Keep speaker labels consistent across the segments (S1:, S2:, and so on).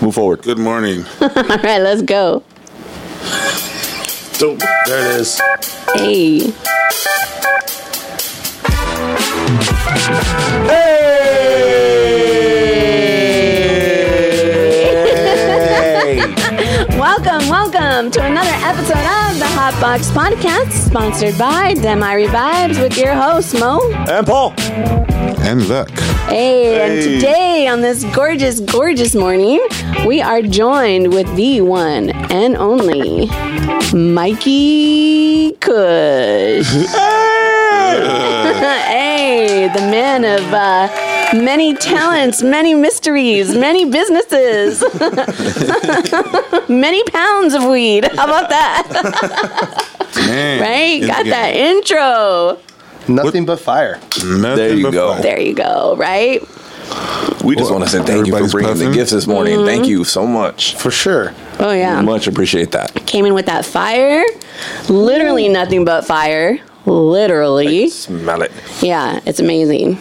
S1: move forward.
S2: Good morning.
S3: All right, let's go.
S2: Dope. There it is.
S3: Hey.
S1: Hey!
S3: Welcome, welcome to another episode of the Hot Box Podcast, sponsored by Demi Vibes with your host, Mo.
S1: and Paul.
S2: And Vec.
S3: Hey, and
S2: Hey.
S3: today on this gorgeous, gorgeous morning, we are joined with the one and only Mikey Kush. hey, the man of uh, many talents, many mysteries, many businesses, many pounds of weed. How about that?
S2: Man.
S3: Right?
S2: It's
S3: Got
S2: getting
S3: that intro.
S4: Nothing but fire.
S2: Nothing
S1: There you
S2: but
S1: go.
S2: fun.
S3: There you go, right?
S1: We just want to say thank you for
S2: Everybody's
S1: bringing the
S2: puffing.
S1: gifts this morning. Thank you so much.
S4: For sure.
S3: Oh, Mm-hmm. yeah.
S1: Much appreciate that.
S3: came in with that fire. Literally nothing but fire. Literally.
S1: Smell it.
S3: Yeah, it's amazing.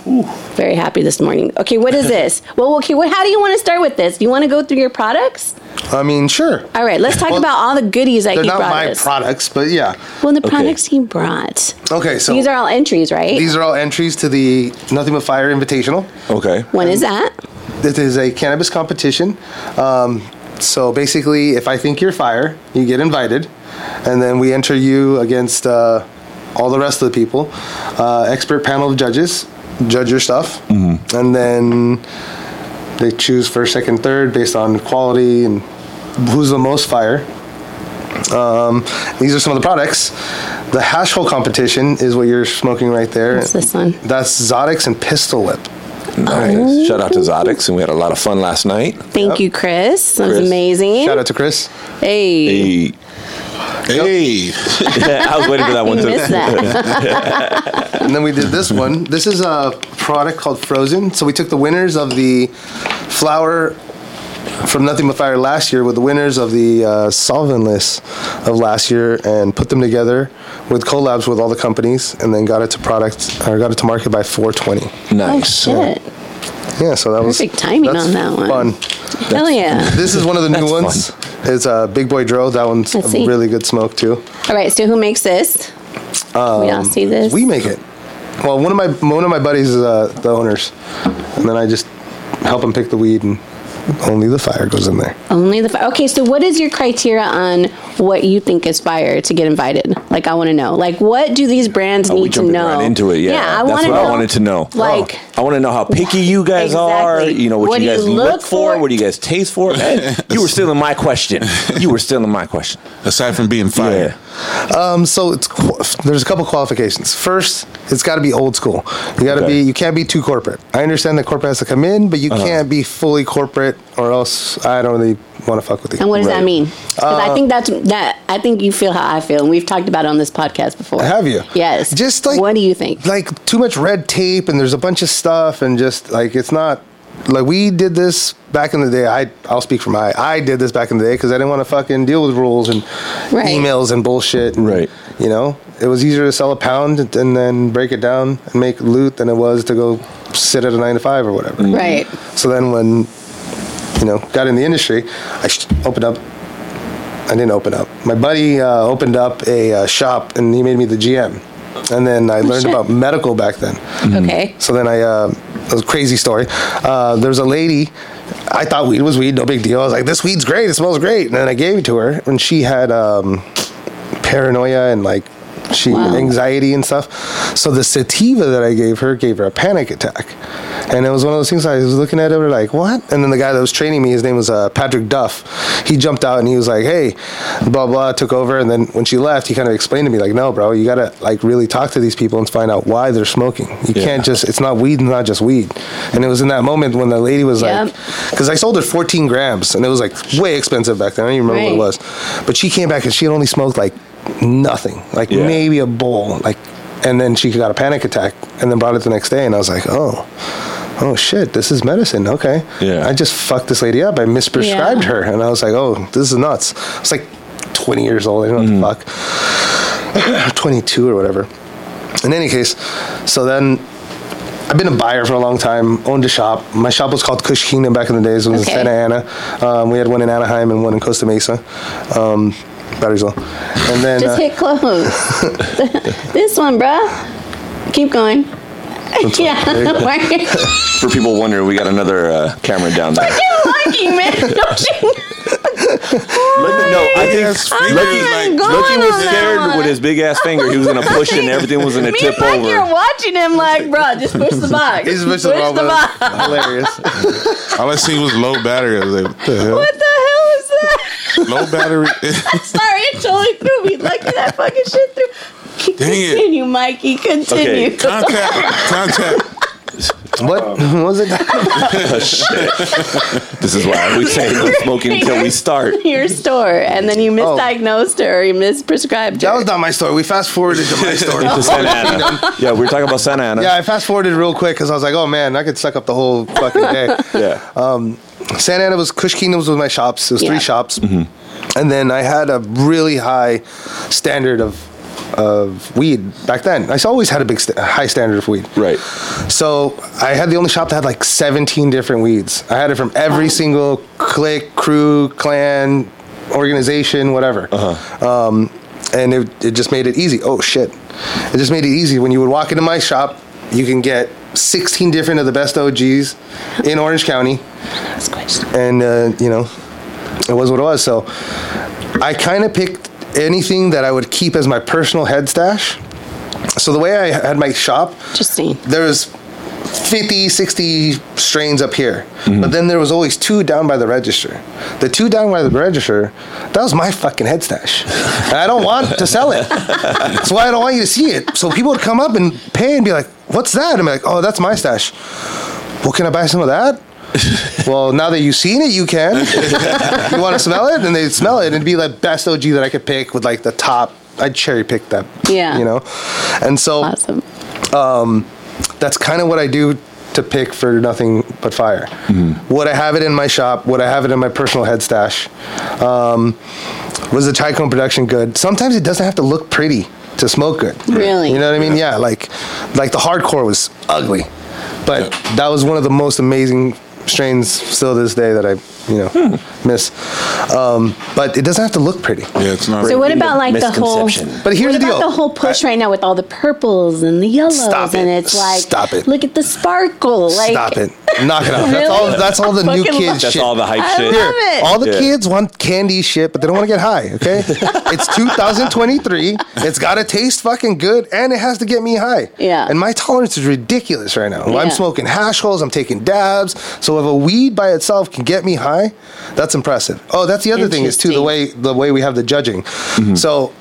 S3: Very happy this morning. Okay, what is this? well, okay, what, how do you want to start with this? Do you want to go through your products?
S4: I mean, sure.
S3: All right, let's talk
S4: Well,
S3: about all the goodies that
S4: They're
S3: he
S4: not
S3: brought
S4: my
S3: us.
S4: products, but yeah.
S3: well, the products he brought.
S4: Okay, so
S3: These are all entries, right?
S4: these are all entries to the Nothing But Fire Invitational.
S1: Okay.
S3: when is that?
S4: This is a cannabis competition. Um, so basically, if I think you're fire, you get invited, and then we enter you against uh, all the rest of the people. Uh, expert panel of judges judge your stuff, and then they choose first, second, third based on quality and who's the most fire. Um, these are some of the products. The hash hole competition is what you're smoking right there.
S3: What's this one?
S4: That's Zodix and Pistol Whip.
S1: Nice. Shout out to Zodix, and we had a lot of fun last night.
S3: Thank you, Chris. That's
S1: Chris.
S3: amazing.
S4: Shout out to Chris.
S3: Hey.
S1: Hey.
S2: Hey.
S1: I was waiting for that
S3: You
S1: one too.
S3: missed that.
S4: And then we did this one. This is a product called Frozen. So we took the winners of the flower from Nothing But Fire last year with the winners of the uh, solventless of last year and put them together with collabs with all the companies and then got it to product or got it to market by 420.
S3: oh,
S1: Nice.
S3: shit.
S4: Yeah, so that was
S3: Perfect timing
S4: that's
S3: on that one.
S4: Fun.
S3: Hell yeah.
S4: This is one of the new ones. It's uh, Big Boy Dro. That one's
S3: Let's
S4: a
S3: see.
S4: really good smoke too.
S3: All right, so who makes this? we
S1: Um,
S3: all see this.
S4: We make it. Well, one of my one of my buddies is uh, the owners, and then I just help him pick the weed, and only the fire goes in there.
S3: Only the fire. Okay, so what is your criteria on what you think is fire to get invited? Like, I want to know. Like, what do these brands
S1: Oh, we
S3: need to
S1: jumping
S3: know?
S1: right into it. Yeah,
S3: I
S1: that's
S3: want to
S1: what
S3: know.
S1: I wanted to know. Oh.
S3: Like,
S1: I want to know how picky you guys are.
S3: Exactly.
S1: You know what,
S3: What
S1: you
S3: do
S1: guys
S3: you
S1: look,
S3: look
S1: for.
S3: for?
S1: What do you guys taste for? Hey, you were stealing my question. You were stealing my question.
S2: Aside from being fire.
S4: Um, so it's qu- there's a couple qualifications. First, it's got to be old school. You got to
S1: Okay.
S4: be you can't be too corporate. I understand that corporate has to come in, but you can't be fully corporate, or else I don't really want to fuck with you.
S3: and what does that
S1: Right.
S3: mean? Because I think that's that. I think you feel how I feel, and we've talked about it on this podcast before.
S4: Have you?
S3: Yes.
S4: Just like
S3: what do you think?
S4: Like too much red tape and there's a bunch of stuff and just like it's not like we did this back in the day. I I'll speak for my I did this back in the day because I didn't want to fucking deal with rules and
S3: Right.
S4: emails and bullshit. and,
S1: Right.
S4: You know, it was easier to sell a pound and, and then break it down and make loot than it was to go sit at a nine to five or whatever.
S3: right.
S4: So then when, you know, got in the industry, I sh- opened up. I didn't open up. My buddy uh, opened up a uh, shop and he made me the GM. And then I learned
S3: shit.
S4: about medical back then.
S3: Okay.
S4: So then I, uh, it was a crazy story. Uh, there was a lady, I thought weed was weed, no big deal. I was like, this weed's great, it smells great. And then I gave it to her and she had um, paranoia and like, she
S3: Wow.
S4: anxiety and stuff. So the sativa that I gave her gave her a panic attack, and it was one of those things. I was looking at it, like what? And then the guy that was training me, his name was uh, Patrick Duff. He jumped out and he was like, "Hey, blah blah." Took over, and then when she left, he kind of explained to me like, "No, bro, you gotta like really talk to these people and find out why they're smoking. You
S1: Yeah.
S4: can't just it's not weed, and not just weed." And it was in that moment when the lady was
S3: Yep.
S4: like, "Because I sold her 14 grams, and it was like way expensive back then. I don't even remember
S3: Right.
S4: what it was." But she came back and she had only smoked like nothing, like
S1: Yeah.
S4: maybe a bowl, like, and then she got a panic attack and then brought it the next day, and I was like, oh. Oh shit! This is medicine. Okay.
S1: Yeah.
S4: I just fucked this lady up. I misprescribed
S3: Yeah.
S4: her, and I was like, "Oh, this is nuts." I was like, twenty years old. I don't know what
S1: Mm.
S4: the fuck. Twenty-two or whatever. In any case, so then I've been a buyer for a long time. Owned a shop. My shop was called Kush Kingdom back in the days. It was
S3: Okay.
S4: in Santa Ana. Um, we had one in Anaheim and one in Costa Mesa. Um, batteries low. And then
S3: Just
S4: uh,
S3: hit close. this one, bruh. Keep going. yeah. Why are you
S1: For people wondering, we got another uh, camera down there.
S3: liking, man? Don't you?
S1: Let me know. I
S2: Yes,
S1: think
S2: fingers
S1: Lucky,
S3: I'm going
S1: Lucky was
S3: on that
S1: scared
S3: one.
S1: with his big ass finger. He was in a push and everything was gonna
S3: Me and
S1: tip
S3: Mike
S1: over.
S3: are watching him like, bruh, just push the box.
S4: He's
S3: push
S4: pushing the wrong
S3: box.
S4: button. Hilarious.
S2: All I seen was low battery. I was like, what the hell?
S3: What the hell is that?
S2: Low battery.
S3: Sorry, it totally threw me. Lucky that fucking shit through.
S2: Dang it.
S3: continue, Mikey. Continue.
S1: Okay.
S2: contact. Contact.
S4: What was it?
S1: This is why we say no smoking until we start.
S3: Your store, and then you misdiagnosed her or you misprescribed
S4: Oh. That
S3: her.
S4: was not my story. We fast forwarded to my story.
S1: To Santa Ana. Yeah, we were talking about Santa Ana.
S4: Yeah, I fast forwarded real quick because I was like, oh man, I could suck up the whole fucking day.
S1: Yeah.
S4: Uh, Santa Ana was Kush Kingdoms was my shops. It was
S3: Yeah.
S4: three shops, and then I had a really high standard of of weed back then. I always had a big st- high standard of weed.
S1: Right.
S4: So I had the only shop that had like 17 different weeds. I had it from every single clique, crew, clan, organization, whatever. Um, and it, it just made it easy. Oh shit! It just made it easy when you would walk into my shop. You can get 16 different of the best OGs in Orange County
S3: Squished.
S4: and uh, you know, it was what it was. So I kind of picked anything that I would keep as my personal head stash. So the way I had my shop,
S3: Interesting.
S4: there was 50, 60 strains up here, but then there was always two down by the register. The two down by the register, that was my fucking head stash, and I don't want to sell it. That's why I don't want you to see it. So people would come up and pay and be like, "What's that?" I'm like, "Oh, that's my stash." Well, can I buy some of that? well, now that you've seen it, you can. you want to smell it? And they'd smell it and it'd be like best OG that I could pick with like the top. I'd cherry pick that.
S3: Yeah.
S4: You know? And so
S3: Awesome.
S4: that's kind of what I do to pick for nothing but fire.
S1: Mm-hmm.
S4: Would I have it in my shop? Would I have it in my personal head stash? Um, was the Chicone production good? Sometimes it doesn't have to look pretty to smoke good.
S3: Really?
S4: You know what I mean? Yeah, like like the hardcore was ugly, but that was one of the most amazing strains still to this day that I you know
S1: Hmm.
S4: miss. Um, but it doesn't have to look pretty.
S2: Yeah, it's not.
S3: So what about like the whole?
S1: Misconception.
S4: But here's
S3: what
S4: the
S3: about
S4: deal.
S3: the whole push right now with all the purples and the yellows,
S4: Stop it.
S3: and it's like,
S4: Stop it.
S3: Look at the sparkle. Like,
S4: Stop it! Knock it off. That's all.
S3: Really?
S4: That's all the
S3: I
S4: new
S3: fucking
S4: kids.
S3: love-
S1: That's
S4: shit.
S1: all the hype
S3: I
S1: shit.
S3: love it.
S4: All the
S1: Yeah.
S4: kids want candy shit, but they don't want to get high, okay? it's 2023. It's got to taste fucking good and it has to get me high.
S3: Yeah.
S4: And my tolerance is ridiculous right now.
S3: Yeah.
S4: I'm smoking hash holes, I'm taking dabs. So if a weed by itself can get me high, that's impressive. Oh, that's the other thing is too the
S3: Interesting.
S4: way the way we have the judging. So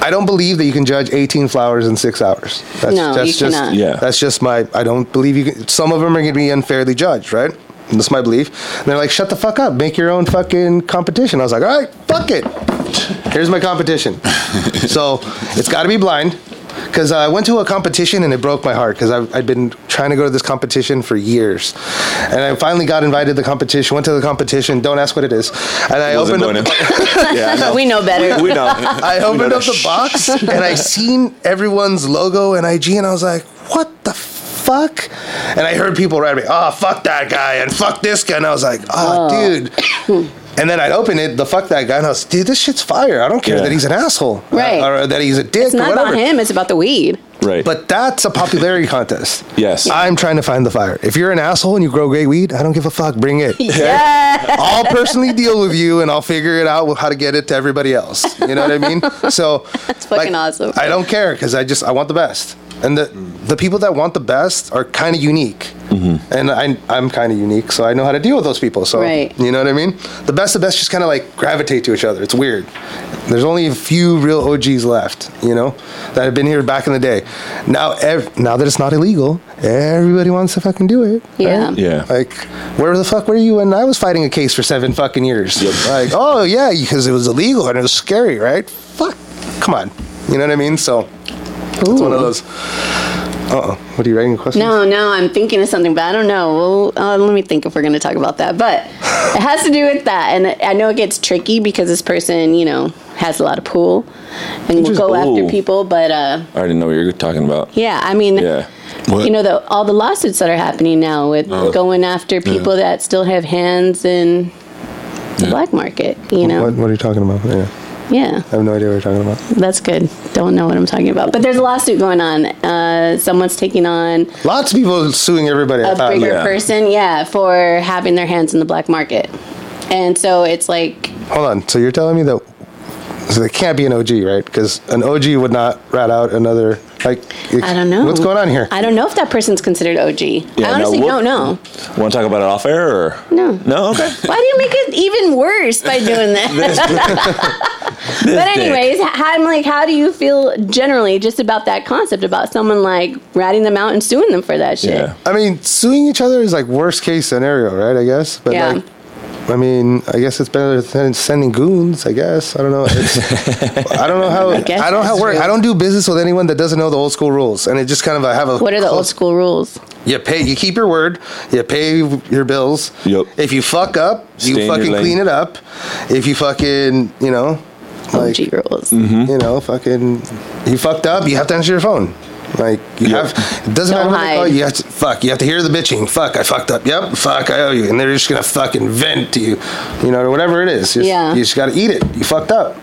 S4: I don't believe that you can judge 18 flowers in six hours. That's,
S3: No,
S4: that's
S3: you
S4: just,
S3: cannot.
S1: Yeah.
S4: That's just my. I don't believe you. Can, some of them are going to be unfairly judged, right? That's my belief. And they're like, shut the fuck up. Make your own fucking competition. I was like, all right, fuck it. Here's my competition. so it's got to be blind. Because I went to a competition and it broke my heart because I'd been trying to go to this competition for years. And I finally got invited to the competition, went to the competition, don't ask what it is. And I
S1: Wasn't
S4: opened
S1: going
S4: up.
S1: in. yeah, I know.
S3: We know better.
S1: We know.
S4: I
S1: We
S4: opened
S1: know
S4: up the
S1: that.
S4: box and I seen everyone's logo and IG, and I was like, what the fuck? And I heard people right away, oh, fuck that guy and fuck this guy. And I was like,
S3: Ah.
S4: oh, dude. And then I'd open it, the fuck that guy, and I was, dude, this shit's fire. I don't care
S1: Yeah.
S4: that he's an asshole. uh,
S3: Right.
S4: Or, that he's a dick
S3: It's
S4: or
S3: not
S4: whatever.
S3: about him. It's about the weed.
S1: Right.
S4: But that's a popularity contest.
S1: Yes.
S4: I'm trying to find the fire. If you're an asshole and you grow great weed, I don't give a fuck. Bring it.
S3: Yeah.
S4: I'll personally deal with you and I'll figure it out how to get it to everybody else. You know what I mean? So that's
S3: fucking awesome.
S4: I don't care because I just I want the best, and the the people that want the best are kind of unique, and I I'm kind of unique, so I know how to deal with those people. So
S3: Right.
S4: you know what I mean? The best of best just kind of like gravitate to each other. It's weird. There's only a few real OGs left, you know, that have been here back in the day. Now, ev- now that it's not illegal, everybody wants to fucking do it.
S3: Yeah.
S1: yeah.
S4: Like, where the fuck were you when I was fighting a case for seven fucking years? Like, oh yeah, because it was illegal and it was scary, right? Fuck, come on, you know what I mean? So it's one of those. Uh oh, what are you writing a question?
S3: No, no, I'm thinking of something, but I don't know. Well, uh, let me think if we're going to talk about that. But it has to do with that, and I know it gets tricky because this person, you know, has a lot of pull and will
S1: Just-
S3: go
S1: ooh.
S3: after people. But uh,
S1: I already know what you're talking about.
S3: yeah, I mean,
S1: Yeah.
S2: What?
S3: you know the all the lawsuits that are happening now with going after people that still have hands in the black market. You know,
S4: What, what are you talking about? Yeah.
S3: yeah.
S4: I have no idea what you're talking about.
S3: That's good. Don't know what I'm talking about. But there's a lawsuit going on. Uh, someone's taking on
S4: Lots of people suing everybody. I
S3: a
S4: thought.
S3: bigger
S4: Like,
S3: person, yeah, for having their hands in the black market. And so it's like,
S4: Hold on. So you're telling me that so they can't be an OG, right? Because an OG would not rat out another. Like
S3: I don't know.
S4: What's going on here?
S3: I don't know if that person's considered OG.
S1: Yeah,
S3: I
S1: no,
S3: honestly
S1: we'll-
S3: don't know.
S1: Want to talk about it off air or
S3: No.
S1: No, okay.
S3: Why do you make it even worse by doing that? but
S1: dick.
S3: anyways, h- I'm like, how do you feel generally just about that concept about someone like ratting them out and suing them for that shit?
S1: yeah.
S4: I mean, suing each other is like worst case scenario, right? I guess. But
S3: Yeah.
S4: like, I mean, I guess it's better than sending goons. I guess I don't know. It's, I don't know how. I,
S3: guess
S4: don't know how
S3: that's
S4: it works.
S3: true.
S4: I don't do business with anyone that doesn't know the old school rules, and it just kind of I have a.
S3: What are the old
S4: close-
S3: school rules?
S4: You pay. You keep your word. You pay your bills.
S1: Yep.
S4: If you fuck up,
S1: Stay in
S4: you
S1: your
S4: fucking
S1: lane.
S4: clean it up. If you fucking, you know, like mm-hmm.
S3: OG rules.
S1: Mm-hmm.
S4: you know, fucking, you fucked up. You have to answer your phone. Like you have, it doesn't
S3: Don't
S4: matter. What they call,
S3: hide.
S4: you have to fuck. You have to hear the bitching. Fuck, I fucked up. Yep, fuck, I owe you. And they're just gonna fucking vent to you, you know, or whatever it is. Just-
S3: Yeah. Mm-hmm.
S4: You just gotta eat it. You fucked up,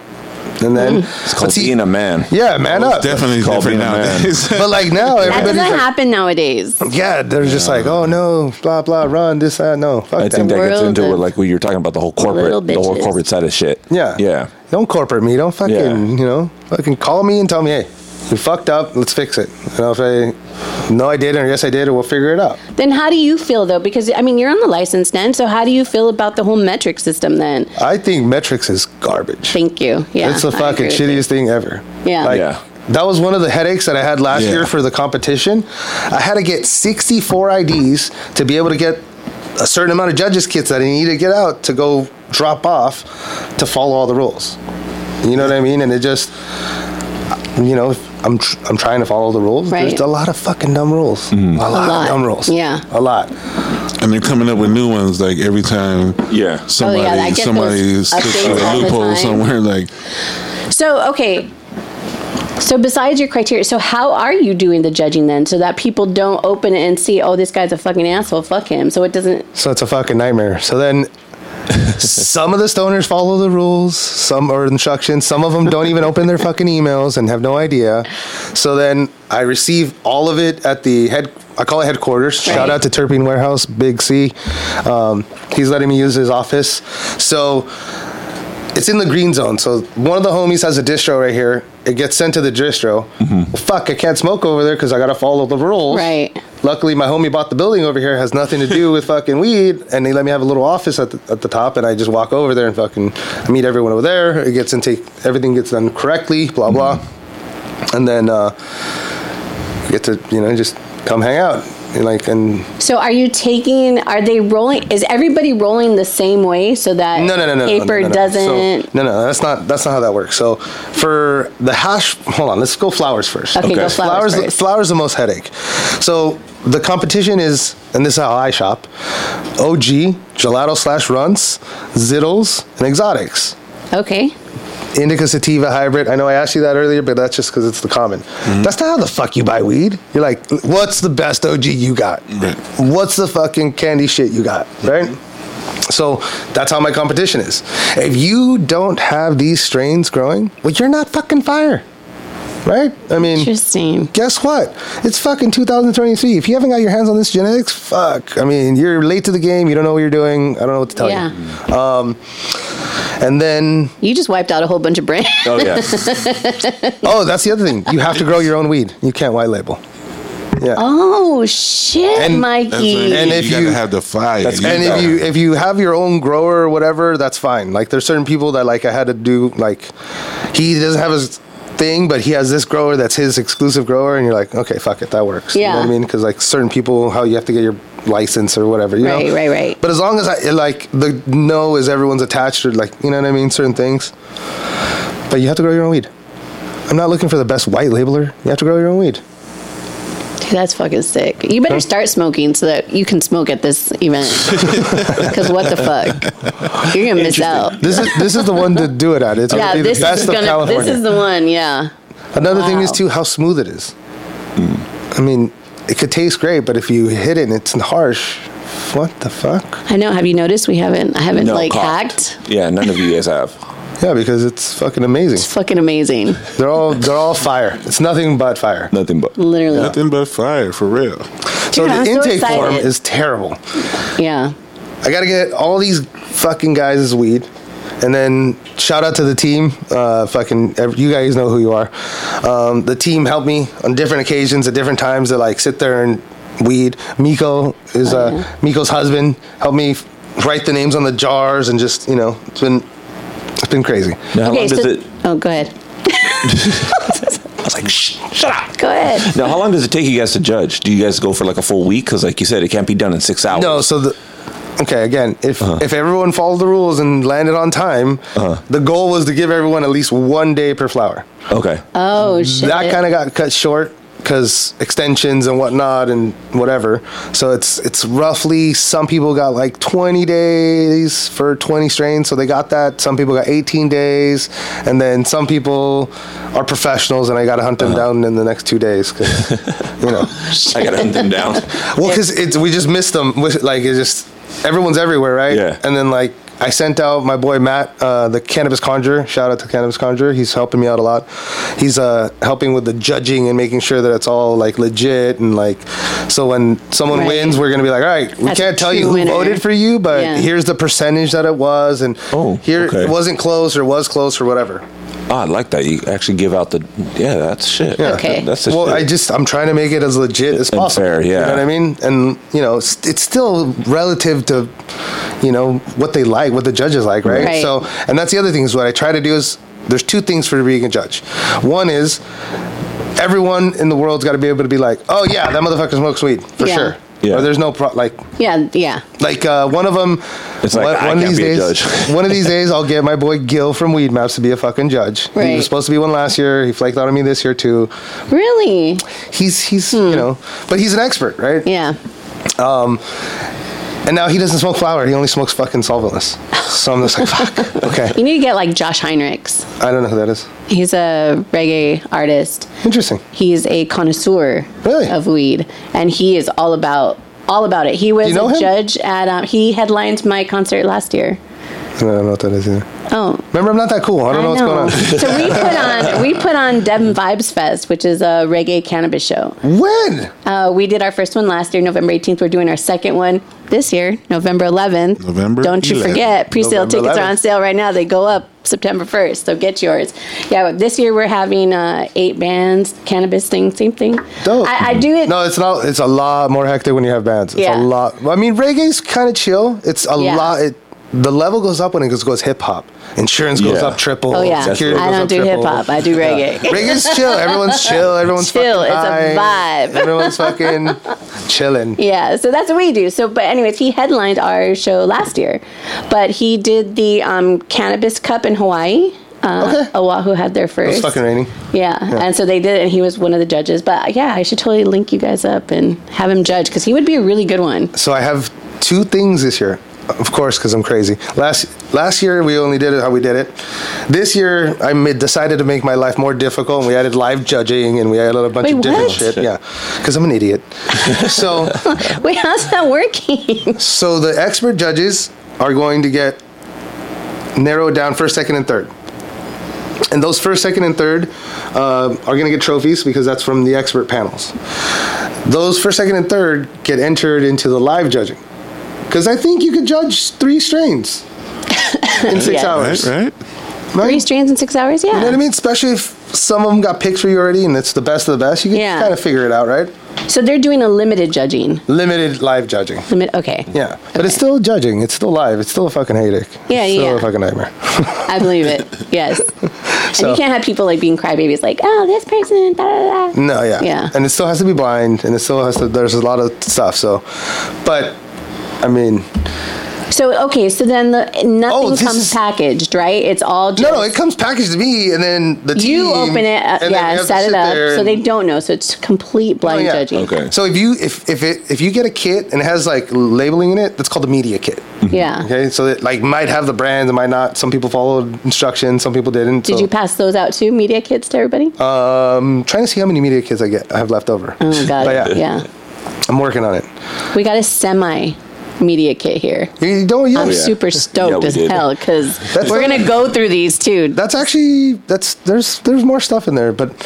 S4: and then
S1: It's called being a man.
S4: yeah, man
S2: It's
S4: up.
S2: definitely
S1: called
S2: different
S1: being a man.
S2: nowadays.
S4: But like now,
S3: That
S4: everybody's
S3: doesn't
S4: like,
S3: happen nowadays.
S4: yeah, they're just like, oh no, blah blah, run this that. No, fuck
S1: I
S4: that.
S1: think that gets
S3: world
S1: into
S3: of
S1: what like what you're talking about the whole
S3: little
S1: corporate the whole
S3: bitches.
S1: corporate side of shit.
S4: Yeah.
S1: Yeah.
S4: Don't corporate me. Don't fucking,
S1: Yeah.
S4: you know, fucking call me and tell me, hey, you fucked up. Let's fix it. You know, if I, no, I didn't, or yes, I did, or we'll figure it out.
S3: Then how do you feel though? Because I mean, you're on the license then, so how do you feel about the whole metric system then?
S4: I think metrics is garbage.
S3: Thank you. Yeah,
S4: it's the
S3: I agree
S4: fucking
S3: with
S4: shittiest thing ever.
S3: Yeah.
S4: Like,
S1: Yeah.
S4: That was one of the headaches that I had last
S2: Yeah.
S4: year for the competition. I had to get 64 IDs to be able to get a certain amount of judges' kits that I needed to get out to go drop off to follow all the rules. You know what I mean? And it just, you know, I'm tr- I'm trying to follow the rules.
S3: Right.
S4: There's a lot of fucking dumb rules. A, lot
S3: lot.
S4: of dumb rules.
S3: Yeah.
S4: A lot.
S2: and they're coming up with new ones like every time.
S1: Yeah.
S2: Somebody,
S3: Oh, I get those
S2: somebody sticks
S3: updates
S2: to a
S3: all the
S2: loophole
S3: time.
S2: somewhere. Like,
S3: So, okay. So, besides your criteria, so how are you doing the judging then so that people don't open it and see, oh, this guy's a fucking asshole, fuck him? So it doesn't.
S4: So it's a fucking nightmare. So then some of the stoners follow the rules, some are instructions, some of them don't even open their fucking emails and have no idea. So then I receive all of it at the head I call it headquarters.
S3: Right.
S4: Shout out to Terpene Warehouse, Big C. Um, he's letting me use his office. So it's in the green zone. So one of the homies has a distro right here. It gets sent to the distro. Well, fuck, I can't smoke over there because I got to follow the rules.
S3: Mm-hmm. Right.
S4: Luckily, my homie bought the building over here. Has nothing to do with fucking weed, and they let me have a little office at the, at the top. And I just walk over there and fucking I meet everyone over there. It gets intake. Everything gets done correctly. Blah blah. And then uh, get to you know just come hang out. And like and
S3: So, are you taking, are they rolling? Is everybody rolling the same way so that
S4: no, no, no, no, no,
S3: paper
S4: no, no, no.
S3: doesn't.
S4: So, no, no, that's not that's not how that works. So for the hash, hold on, let's go flowers first.
S3: Okay, go
S1: Okay.
S3: flowers.
S4: flowers,
S3: first.
S4: flowers the most headache. So the competition is, and this is how I shop: OG, gelato slash runts, zittles, and exotics.
S3: okay.
S4: Indica sativa hybrid. I know I asked you that earlier, but that's just because it's the common. That's not how the fuck you buy weed. You're like, what's the best OG you got?
S2: Right.
S4: What's the fucking candy shit you got? Right. So that's how my competition is. If you don't have these strains growing, well, you're not fucking fire. Right? I mean,
S3: Interesting.
S4: guess what? It's fucking 2023. If you haven't got your hands on this genetics, fuck. I mean, you're late to the game. You don't know what you're doing. I don't know what to tell
S3: Yeah.
S4: you. Um, and then,
S3: You just wiped out a whole bunch of brands.
S1: Oh yeah.
S4: oh, that's the other thing. You have to grow your own weed. You can't white label. Yeah.
S3: Oh, shit,
S4: And-
S2: that's what I
S3: Mikey.
S2: mean.
S4: And if
S2: you,
S4: you-
S2: gotta have the fire.
S1: That's-
S4: and if you if you have your own grower or whatever, that's fine. Like there's certain people that like I had to do like he doesn't have his thing, but he has this grower that's his exclusive grower, and you're like, okay, fuck it, that works. You know what
S3: Yeah.
S4: I mean? Because like certain people, how you have to get your license or whatever. You
S3: Right,
S4: know?
S3: right, right.
S4: But as long as I like the no is everyone's attached or like you know what I mean, certain things. But you have to grow your own weed. I'm not looking for the best white labeler. You have to grow your own weed.
S3: Dude, that's fucking sick. You better start smoking so that you can smoke at this event. Because what the fuck? You're gonna miss out.
S4: This is this is the one to do it at. It's
S3: yeah,
S4: gonna be
S3: this
S4: the best
S3: is
S4: of
S3: gonna.
S4: California.
S3: This is the one. Yeah.
S4: Another thing is
S3: Wow.
S4: too how smooth it is. I mean, it could taste great, but if you hit it and it's harsh, what the fuck?
S3: I know. Have you noticed we haven't? I haven't like
S1: coughed.
S3: hacked.
S1: Yeah, none of you guys have.
S4: Yeah, because it's fucking
S3: It's
S4: amazing.
S3: fucking amazing.
S4: They're all they're all fire. It's nothing but fire.
S1: Nothing but.
S3: Literally.
S2: Nothing but fire, for real.
S4: So
S3: Dude, I'm
S4: the
S3: so
S4: intake form
S3: excited.
S4: is terrible.
S3: Yeah.
S4: I gotta get all these fucking guys' weed, and then shout out to the team. Uh, fucking, ev- you guys know who you are. Um, the team helped me on different occasions at different times to like sit there and weed. Miko is uh, Miko's husband helped me f- write the names on the jars and just you know it's been it's been crazy.
S1: Now, how long does
S3: so,
S1: it?
S3: Oh, go ahead.
S1: I was like, Shh, shut up.
S3: Go ahead.
S1: Now, how long does it take you guys to judge? Do you guys go for like a full week? Because, like you said, it can't be done in six hours.
S4: No, so the okay again. If if everyone followed the rules and landed on time, the goal was to give everyone at least one day per flower.
S1: Okay.
S3: Oh shit.
S4: that kind of got cut short because extensions and whatnot and whatever. So it's it's roughly some people got like 20 days for 20 strains, so they got that. Some people got 18 days, and then some people are professionals, and I got to hunt them down in the next two days. 'cause, you know,
S1: I gotta hunt them down.
S4: well, because it's we just missed them. with- Like it just everyone's everywhere, right?
S1: Yeah.
S4: And then like I sent out my boy Matt, uh, the cannabis conjurer. Shout out to cannabis conjurer. He's helping me out a lot. He's uh, helping with the judging and making sure that it's all like legit and like. So when someone
S3: Right.
S4: wins, we're gonna be like, all right, we
S3: That's a
S4: can't tell you
S3: true
S4: who
S3: winner."
S4: voted for you, but
S3: Yeah.
S4: here's the percentage that it was, and
S1: Oh,
S4: here
S1: okay.
S4: it wasn't close or was close or whatever.
S1: Oh, I like that. You actually give out the. Yeah, that's shit.
S4: Yeah.
S3: Okay.
S1: That's the
S4: well,
S1: shit.
S4: I just I'm trying to make it as legit as
S1: And
S4: possible.
S1: fair, yeah.
S4: You know what I mean? And you know, it's, it's still relative to, you know, what they like, what the judges like, right?
S3: Right.
S4: So, and that's the other thing is what I try to do is there's two things for being a judge. One is everyone in the world's got to be able to be like, oh yeah, that motherfucker smokes weed for
S3: Yeah.
S4: sure.
S1: Yeah.
S4: Or there's no pro- like
S3: Yeah. Yeah.
S4: like uh, one of them.
S1: It's like, I can't be a
S4: days,
S1: judge.
S4: one of these days, I'll get my boy Gil from Weed Maps to be a fucking judge. He
S3: Right.
S4: was supposed to be one last year. He flaked out on me this year too
S3: Really.
S4: he's he's you know but he's an expert right
S3: Hmm. Yeah.
S4: Um, and now he doesn't smoke flower he only smokes fucking solventless so i'm just like fuck okay
S3: You need to get like Josh Heinrichs.
S4: i don't know who that is
S3: He's a reggae artist.
S4: interesting
S3: He's a connoisseur
S4: Really?
S3: of weed, and he is all about all about it. He was
S4: you know
S3: a
S4: him?
S3: judge at. Um, he headlined my concert last year.
S4: i don't know what that is either
S3: Oh,
S4: remember i'm not that cool i don't know, what's
S3: so we put on we put on Devon Vibes Fest, which is a reggae cannabis show.
S4: going on when
S3: Uh, we did our first one last year, November 18th. We're doing our second one this year, November 11th.
S2: November
S3: Don't you
S2: 11th.
S3: forget, pre-sale
S4: November
S3: tickets are
S4: 11th.
S3: on sale right now. They go up September 1st, so get yours. Yeah, but this year we're having uh, eight bands, cannabis thing, same thing.
S4: Dope.
S3: I, I do it.
S4: no it's not it's a lot more hectic when you have bands it's
S3: Yeah.
S4: a lot i mean reggae's kind of chill it's a
S3: Yeah.
S4: lot it, the level goes up when it goes, goes hip-hop insurance goes
S1: Yeah.
S4: up triple
S3: oh yeah,
S1: That's
S4: security
S3: I
S1: right.
S4: goes
S3: don't
S4: up
S3: do hip
S4: triple.
S3: hop. I do reggae.
S4: Reggae's chill. Everyone's chill. Everyone's
S3: Chill.
S4: Fucking
S3: It's a
S4: high.
S3: vibe.
S4: Everyone's fucking chilling.
S3: Yeah, so that's what we do. So, but anyways, he headlined our show last year, but he did the um, cannabis cup in Hawaii. Uh,
S4: Okay.
S3: Oahu had their first.
S4: It's fucking raining.
S3: Yeah. and so they did, it, and he was one of the judges. But yeah, I should totally link you guys up and have him judge because he would be a really good one.
S4: So I have two things this year. Of course, because I'm crazy. Last last year we only did it how we did it. This year I made, decided to make my life more difficult, and we added live judging, and we added a bunch
S3: Wait,
S4: of different
S3: what?
S4: shit. Yeah, because I'm an idiot. so
S3: Wait, how's that working?
S4: so the expert judges are going to get narrowed down first, second, and third. And those first, second, and third uh, are going to get trophies because that's from the expert panels. Those first, second, and third get entered into the live judging because I think you could judge three strains in six
S3: Yes.
S4: hours.
S2: Right, right?
S4: right?
S3: Three strains in six hours?
S4: You know what I
S3: Yeah.
S4: mean? Especially if some of them got picked for you already and it's the best of the best. You can
S3: Yeah.
S4: kind of figure it out, right?
S3: So they're doing a limited judging.
S4: Limited live judging.
S3: Limit. Okay.
S4: Yeah, but it's still judging. It's still live. It's still a fucking headache.
S3: Yeah,
S4: it's still
S3: yeah.
S4: a fucking nightmare.
S3: I believe it. Yes. and
S4: So-
S3: you can't have people like being crybabies, like, oh, this person. Da, da, da.
S4: no, yeah.
S3: Yeah.
S4: And it still has to be blind, and it still has to. There's a lot of stuff. So, but I mean,
S3: So okay, so then the nothing
S4: Oh, this
S3: comes
S4: is-
S3: packaged, right? It's all just
S4: no, no, it comes packaged to me, and then the team,
S3: you open it,
S4: and
S3: up,
S4: then we
S3: yeah,
S4: have to
S3: set it
S4: sit
S3: up,
S4: there
S3: so they
S4: and- Oh,
S3: don't know. So it's complete blind
S4: yeah.
S3: judging.
S1: Okay.
S4: So if you if if it if you get a kit and it has like labeling in it, that's called a media kit.
S3: Yeah.
S4: Okay, so it like might have the brands, it might not. Some people followed instructions, some people didn't.
S3: Did
S4: so- Uh,
S3: you pass those out too, media kits to everybody?
S4: Um, trying to see how many media kits I get I have left over.
S3: oh God,
S4: but yeah.
S3: yeah.
S4: I'm working on it.
S3: We got a semi media kit here.
S4: You don't yet.
S3: I'm
S1: Oh, yeah.
S3: super
S1: Yeah,
S3: stoked
S1: we
S3: as
S1: did.
S3: hell because
S4: That's
S3: we're
S4: what-
S3: gonna go through these too.
S4: That's actually that's there's there's more stuff in there, but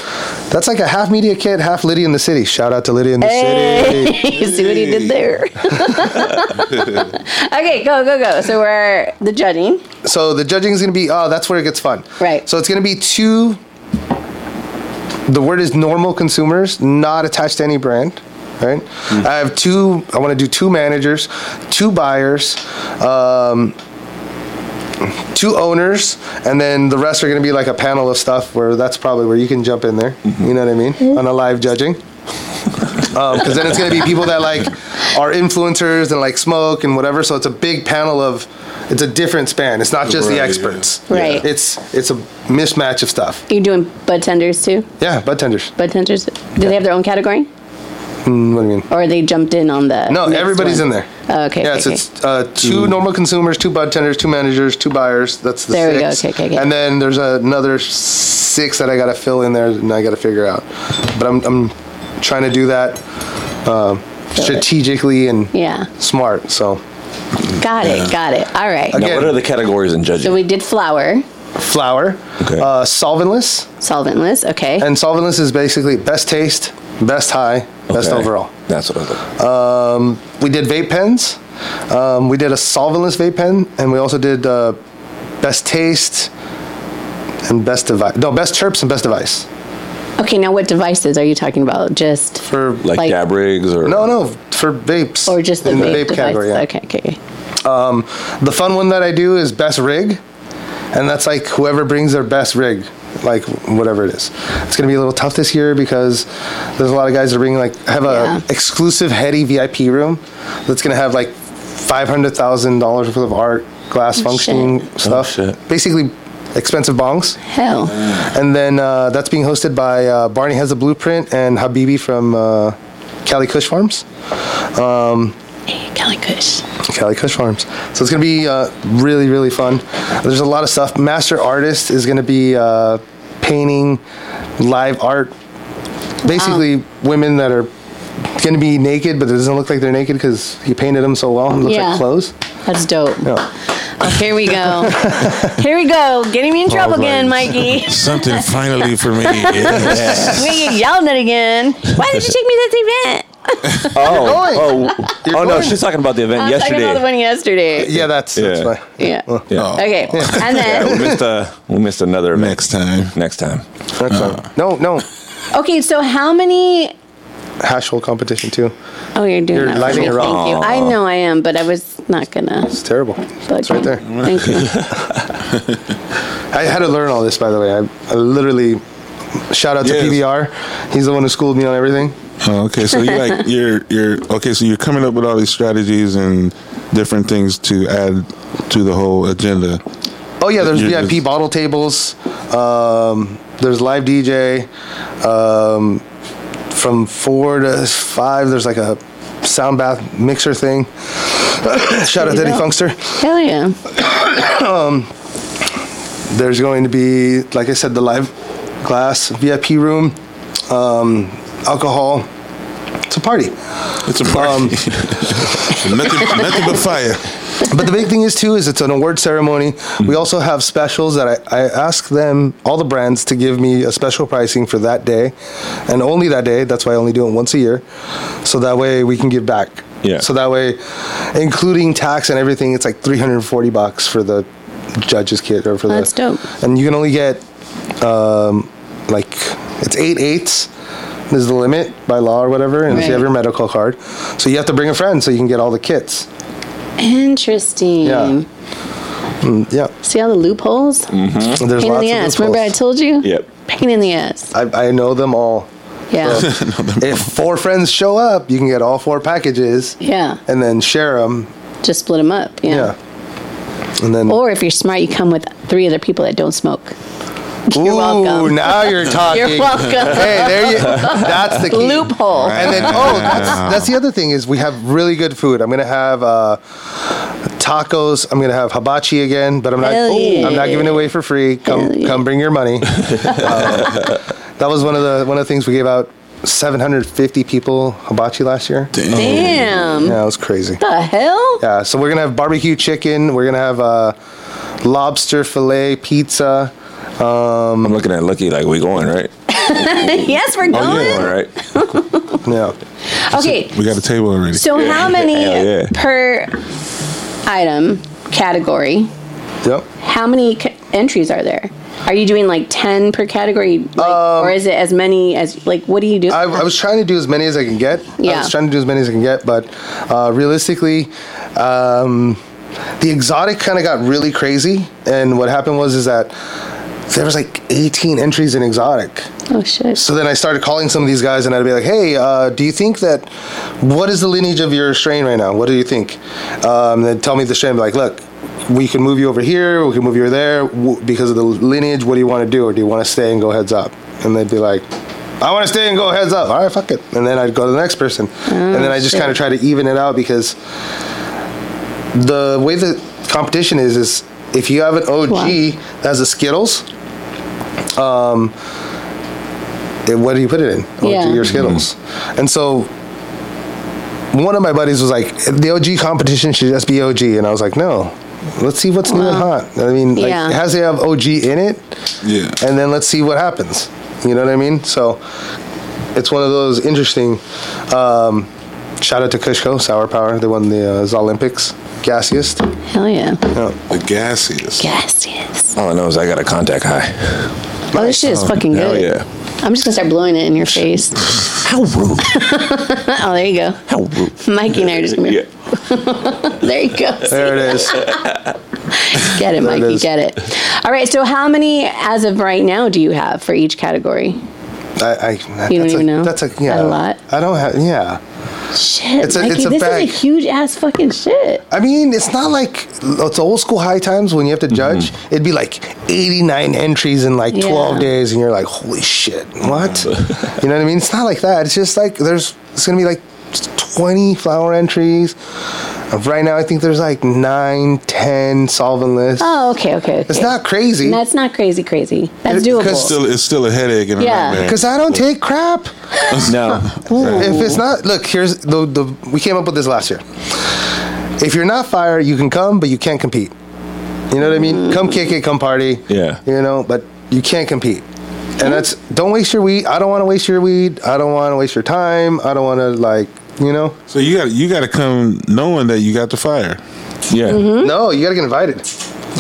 S4: that's like a half media kit, half Liddy in the city. Shout out to Liddy in the city.
S3: you see what he did there? okay, go go go. So we're the judging.
S4: So the judging is going to be oh, that's where it gets fun.
S3: Right.
S4: So it's going to be two. The word is normal consumers, not attached to any brand. Right. I have two. I want to do two managers, two buyers, um, two owners, and then the rest are going to be like a panel of stuff where that's probably where you can jump in there. You know what I mean? On a live judging. because then it's going to be people that like are influencers and like smoke and whatever. So it's a big panel of, it's a different span. It's not just the
S2: Right,
S4: experts.
S3: yeah. Right.
S4: It's it's a mismatch of stuff.
S3: You doing bud tenders too?
S4: Yeah, butt tenders.
S3: Bud tenders? Do they have their own category,
S4: Mm, What do you mean?
S3: or they jumped in on the?
S4: No,
S3: next
S4: everybody's
S3: one?
S4: in there.
S3: Oh, okay.
S4: Yes,
S3: okay, okay.
S4: it's uh, two normal consumers, two bud tenders, two managers, two buyers. That's the
S3: There we
S4: six.
S3: go, okay, okay, okay.
S4: And then there's another six that I got to fill in there and I got to figure out. But I'm, I'm trying to do that um strategically and
S3: Yeah.
S4: smart. So
S3: Got it. Got it. All right.
S1: Now, what are the categories in judging?
S3: So we did flour,
S4: flour,
S1: Okay.
S4: uh, solventless,
S3: solventless. Okay.
S4: and solventless is basically best taste, best high, best
S1: Okay.
S4: overall.
S1: That's what I was looking
S3: Uh,
S1: for.
S4: Um, we did vape pens. Um, we did a solventless vape pen, and we also did uh, best taste and best device. No, best chirps and best device
S3: okay. Now, what devices are you talking about? Just
S4: for
S1: like,
S3: like-
S1: dab rigs or
S4: no, no, for vapes
S3: or just the
S4: in
S3: vape,
S4: the vape
S3: devices?
S4: category. yeah.
S3: Okay. Okay. okay.
S4: Um, the fun one that I do is best rig, and that's like whoever brings their best rig, like whatever it is. It's gonna be a little tough this year because there's a lot of guys that are bringing like have a
S3: Yeah.
S4: exclusive heady VIP room that's gonna have like five hundred thousand dollars worth of art, glass functioning stuff,
S1: shit.
S4: basically expensive bongs.
S3: Hell.
S4: And then uh, that's being hosted by uh, Barney Has a Blueprint and Habibi from uh, Cali Kush Farms.
S3: Hey, Kelly Kush.
S4: Cali Kush Farms. So it's going to be uh, really, really fun. There's a lot of stuff. Master Artist is going to be uh, painting live art. Basically, women that are going to be naked, but it doesn't look like they're naked because he painted them so well. It looks
S3: Yeah.
S4: like clothes.
S3: That's dope.
S4: Yeah.
S3: Oh, here we go. here we go. Getting me in trouble
S2: All right.
S3: again, Mikey.
S2: Something finally for me. Yes.
S3: we get yelled at again. Why did you take me to this event?
S1: Oh, oh,
S4: You're
S1: oh no,
S4: going.
S1: she's talking about the event
S3: I was talking about the
S1: yesterday.
S3: one yesterday.
S4: Yeah, that's, that's
S1: Yeah.
S4: fine.
S3: Yeah.
S1: Yeah.
S3: Okay. And
S1: We
S3: then,
S1: missed, uh, we missed another event.
S2: Next time.
S1: Next time.
S4: That's fine. No, no.
S3: okay, so how many?
S4: Hash hole competition, too.
S3: Oh, you're doing
S4: You're
S3: that. for
S4: lighting
S3: me.
S4: her up.
S3: Thank you. I know I am, but I was not gonna.
S4: It's terrible.
S3: Bug
S4: It's
S3: you.
S4: right there.
S3: Thank you.
S4: I had to learn all this, by the way. I, I literally, shout out to
S2: Yes.
S4: PBR. He's the one who schooled me on everything.
S2: Oh, okay, so you like you're you're okay, so you're coming up with all these strategies and different things to add to the whole agenda.
S4: Oh yeah, there's
S2: You're
S4: VIP
S2: just-
S4: bottle tables. Um, there's live DJ. Um, from four to five, there's like a sound bath mixer thing. Shout out
S3: you
S4: to Eddie
S3: go.
S4: Funkster.
S3: Hell yeah.
S4: There's going to be, like I said, the live glass VIP room, um, alcohol. It's a party. Um,
S2: It's a party. nothing, nothing but fire.
S4: But the big thing is too is it's an award ceremony. We also have specials that I, I ask them all the brands to give me a special pricing for that day, and only that day. That's why I only do it once a year, so that way we can give back.
S1: Yeah.
S4: So that way, including tax and everything, it's like three hundred and forty bucks for the judge's kit or for
S3: That's
S4: the.
S3: dope.
S4: And you can only get, um, like it's eight eighths. Is the limit by law or whatever, and if you
S3: Right.
S4: have your medical card, so you have to bring a friend so you can get all the kits.
S3: Interesting.
S4: Yeah. Mm, yeah.
S3: See all the loopholes?
S4: There's
S3: Pain in
S4: lots
S3: the
S4: of
S3: ass.
S4: loopholes.
S3: Remember I told you?
S1: Yep.
S3: Pain in the ass.
S4: I, I know them all.
S3: Yeah.
S4: If four friends show up, you can get all four packages
S3: yeah.
S4: and then share them.
S3: Just split them up.
S4: Yeah. And then,
S3: Or if you're smart, you come with three other people that don't smoke. You're
S4: ooh,
S3: welcome.
S4: now you're talking.
S3: You're welcome.
S4: Hey, there you. That's the key.
S3: Loophole.
S4: And then, oh, that's, that's the other thing is we have really good food. I'm gonna have uh, tacos. I'm gonna have hibachi again, but I'm not.
S3: Hell yeah.
S4: I'm not giving it away for free. Come,
S3: Hell yeah.
S4: come, bring your money. Uh, that was one of the one of the things we gave out 750 people hibachi last year.
S3: Damn.
S4: Yeah, it was crazy.
S3: The hell?
S4: Yeah, so we're gonna have barbecue chicken. We're gonna have uh, lobster fillet pizza.
S1: I'm looking at Lucky like we going right.
S3: yes,
S4: Oh,
S3: we're going.
S1: All right.
S4: Yeah,
S3: Okay.
S2: We got a table already.
S3: So how many
S1: Hell yeah.
S3: per item category?
S4: yep.
S3: How many c- entries are there? Are you doing like 10 per category like, or is it as many as like what do you do?
S4: I, I was trying to do as many as I can get. I
S3: Yeah.
S4: was trying to do as many as I can get, but uh, realistically, um, the exotic kind of got really crazy. And what happened was is that there was like 18 entries in exotic.
S3: oh shit.
S4: So then I started calling some of these guys, and I'd be like, "Hey, uh, do you think that what is the lineage of your strain right now? What do you think?" Um, they'd tell me the strain. I'd be like, "Look, we can move you over here. We can move you over there w- because of the lineage. What do you want to do, or do you want to stay and go heads up?" And they'd be like, "I want to stay and go heads up." All right, fuck it. And then I'd go to the next person, and then I just
S3: shit.
S4: kind of try to even it out because the way the competition is is if you have an OG that has a Skittles. it- what do you put it in? Oh,
S3: Yeah.
S4: Your Skittles. And so one of my buddies was like, the OG competition should just be OG. And I was like, no, let's see what's new and hot. I mean, like,
S3: Yeah.
S4: it has to have OG in it,
S2: Yeah.
S4: and then let's see what happens. You know what I mean? So it's one of those interesting. Um, shout out to Kushko, Sour Power. They won the uh, Olympics, gassiest.
S3: Hell yeah.
S2: The gaseous.
S3: Yes, yes.
S1: All I know is I got a contact high.
S3: Oh, this shit is fucking
S1: hell
S3: good.
S1: yeah.
S3: I'm just gonna start blowing it in your face.
S1: How rude.
S3: Oh, there you go.
S1: How rude.
S3: Mikey and I are just gonna be.
S1: Yeah.
S3: There you go.
S4: There it is.
S3: Get it,
S4: There it
S3: Mikey.
S4: is.
S3: Get it. All right. So, how many as of right now do you have for each category?
S4: I, I,
S3: You don't
S4: that's a-
S3: even know?
S4: That's a,
S3: That
S4: yeah.
S3: a lot?
S4: I don't have, yeah.
S3: Shit,
S4: It's a-
S3: Mikey,
S4: it's a
S3: this
S4: bag.
S3: is a huge ass fucking shit.
S4: I mean, it's not like it's old school high times when you have to judge. It'd be like 89 entries in like 12
S3: Yeah.
S4: days, and you're like, holy shit, what? you know what I mean? It's not like that. It's just like there's, it's gonna be like 20 flower entries. Uh, Right now, I think there's like nine, 10 solvent lists.
S3: Oh, okay, okay. okay.
S4: It's not crazy.
S3: That's not crazy, crazy. That's
S2: It's
S4: It-
S3: doable.
S2: still, it's still a headache and a
S3: Yeah.
S2: nightmare.
S4: Because I don't take crap.
S1: No.
S4: If it's not, look, here's the, the, we came up with this last year. If you're not fire, you can come, but you can't compete. You know what I mean? Come kick it, come party.
S1: Yeah.
S4: You know, but you can't compete. And that's, don't waste your weed. I don't want to waste your weed. I don't want to waste your time. I don't want to, like, you know?
S2: So you got you got to come knowing that you got the fire.
S1: Yeah.
S3: Mm-hmm.
S4: No, you got to get invited.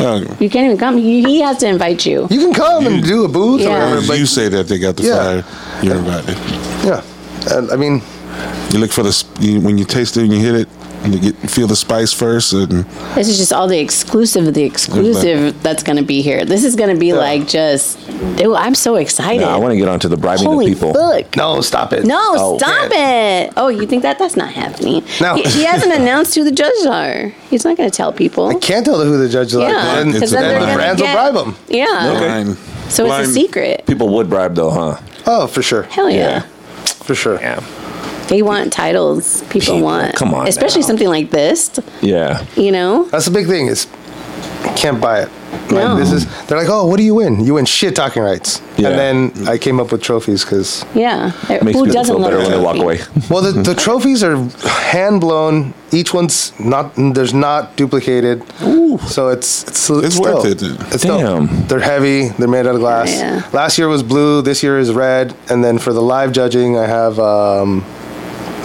S2: Oh,
S3: You can't even come. You- He has to invite you.
S4: You can come and do a booth
S3: Yeah.
S4: or whatever,
S2: if
S4: but
S2: you say that they got the
S4: Yeah.
S2: fire, you're invited.
S4: yeah. Uh, I mean,
S2: You look for the sp- you, when you taste it and you hit it, and you get feel the spice first, and
S3: This is just all the exclusive of the exclusive that's going to be here. This is going to be like just. Ew, I'm so excited.
S1: No, I want to get onto the bribing
S3: Holy
S1: of people.
S3: fuck.
S4: no, stop it.
S3: No,
S1: Oh,
S3: stop it. Oh, you think that? That's not happening.
S4: No.
S3: He, he hasn't announced who the judges are. He's not going to tell people.
S4: Can't tell who the judges are.
S3: Yeah,
S4: And,
S2: It's
S3: because
S2: a
S3: then they're
S2: blind.
S3: gonna
S4: brands will
S3: get-
S4: bribe them.
S3: Yeah,
S2: Blind-
S3: so it's
S2: blind-
S3: a secret.
S1: People would bribe though, huh?
S4: Oh, for sure.
S3: Hell yeah.
S4: For sure.
S3: They want titles. People,
S1: People,
S3: want.
S1: come on
S3: Especially
S1: now.
S3: something like this.
S1: Yeah.
S3: You know.
S4: That's the big thing is can't buy it. Like,
S3: No.
S4: This is they're like, oh, what do you win? You win shit talking rights.
S1: Yeah.
S4: And then I came up with trophies because
S3: Yeah.
S1: Makes
S3: Who
S1: people
S3: doesn't
S1: feel
S3: love
S1: better
S3: a
S1: when they walk
S3: trophy?
S1: away.
S4: well, the, the trophies are hand blown. Each one's not there's not duplicated. Ooh. So it's it's
S2: It's worth
S4: dope.
S2: it, then.
S4: It's dope.
S1: Damn.
S4: They're heavy. They're made out of glass.
S3: Yeah.
S4: Last year was blue. This year is red. And then for the live judging, I have um,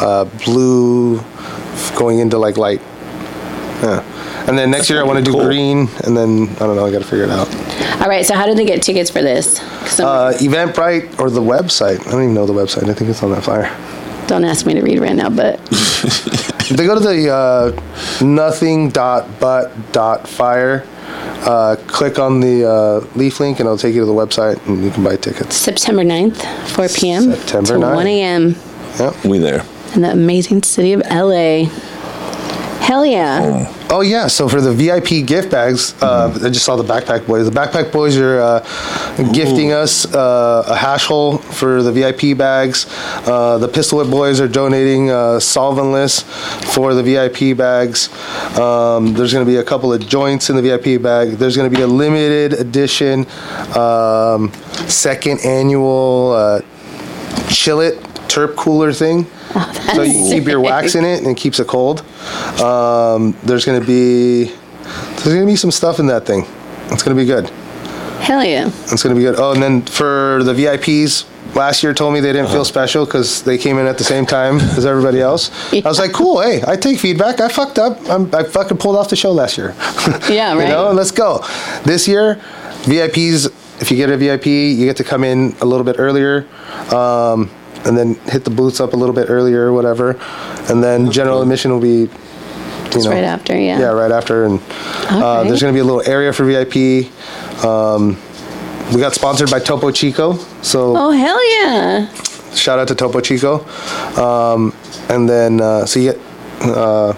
S4: uh, blue going into like light. Yeah. And then next year I want to do green, and then I don't know. I got to figure it out.
S3: All right. So how do they get tickets for this? 'Cause I'm-
S4: Uh, Eventbrite or the website. I don't even know the website. I think it's on that flyer.
S3: don't ask me to read right now, but
S4: If they go to the uh, nothing dot but dot fire, uh, click on the uh, leaf link, and it'll take you to the website, and you can buy tickets.
S3: September 9th, 4 p.m.
S4: September
S3: to
S4: 9th.
S3: 1 a.m.
S1: We there.
S3: in the amazing city of LA. Hell yeah.
S4: Oh yeah! So for the VIP gift bags, uh, I just saw the Backpack Boys. The Backpack Boys are uh, gifting us uh, a hash hole for the VIP bags. Uh, the Pistol Whip Boys are donating uh, solventless for the VIP bags. Um, there's going to be a couple of joints in the VIP bag. There's going to be a limited edition um, second annual uh, Chillit turp cooler thing. so you
S3: that's
S4: keep your wax in it and it keeps it cold. Um, there's going to be there's going to be some stuff in that thing. It's going to be good.
S3: Hell yeah.
S4: It's going to be good. Oh, and then for the VIPs, last year told me they didn't
S3: Uh-huh.
S4: feel special because they came in at the same time as everybody else. I was like, cool, hey, I take feedback. I fucked up. I'm, I fucking pulled off the show last year.
S3: Yeah,
S4: You
S3: right.
S4: know, let's go. This year, VIPs, if you get a VIP, you get to come in a little bit earlier. Um, and then hit the booths up a little bit earlier or whatever. And then general admission will be you
S3: right after, yeah.
S4: Yeah, right after. And uh,
S3: Alright.
S4: there's going to be a little area for VIP. Um, we got sponsored by Topo Chico, so
S3: Oh, hell yeah.
S4: shout out to Topo Chico. Um, and then, uh, so you get uh,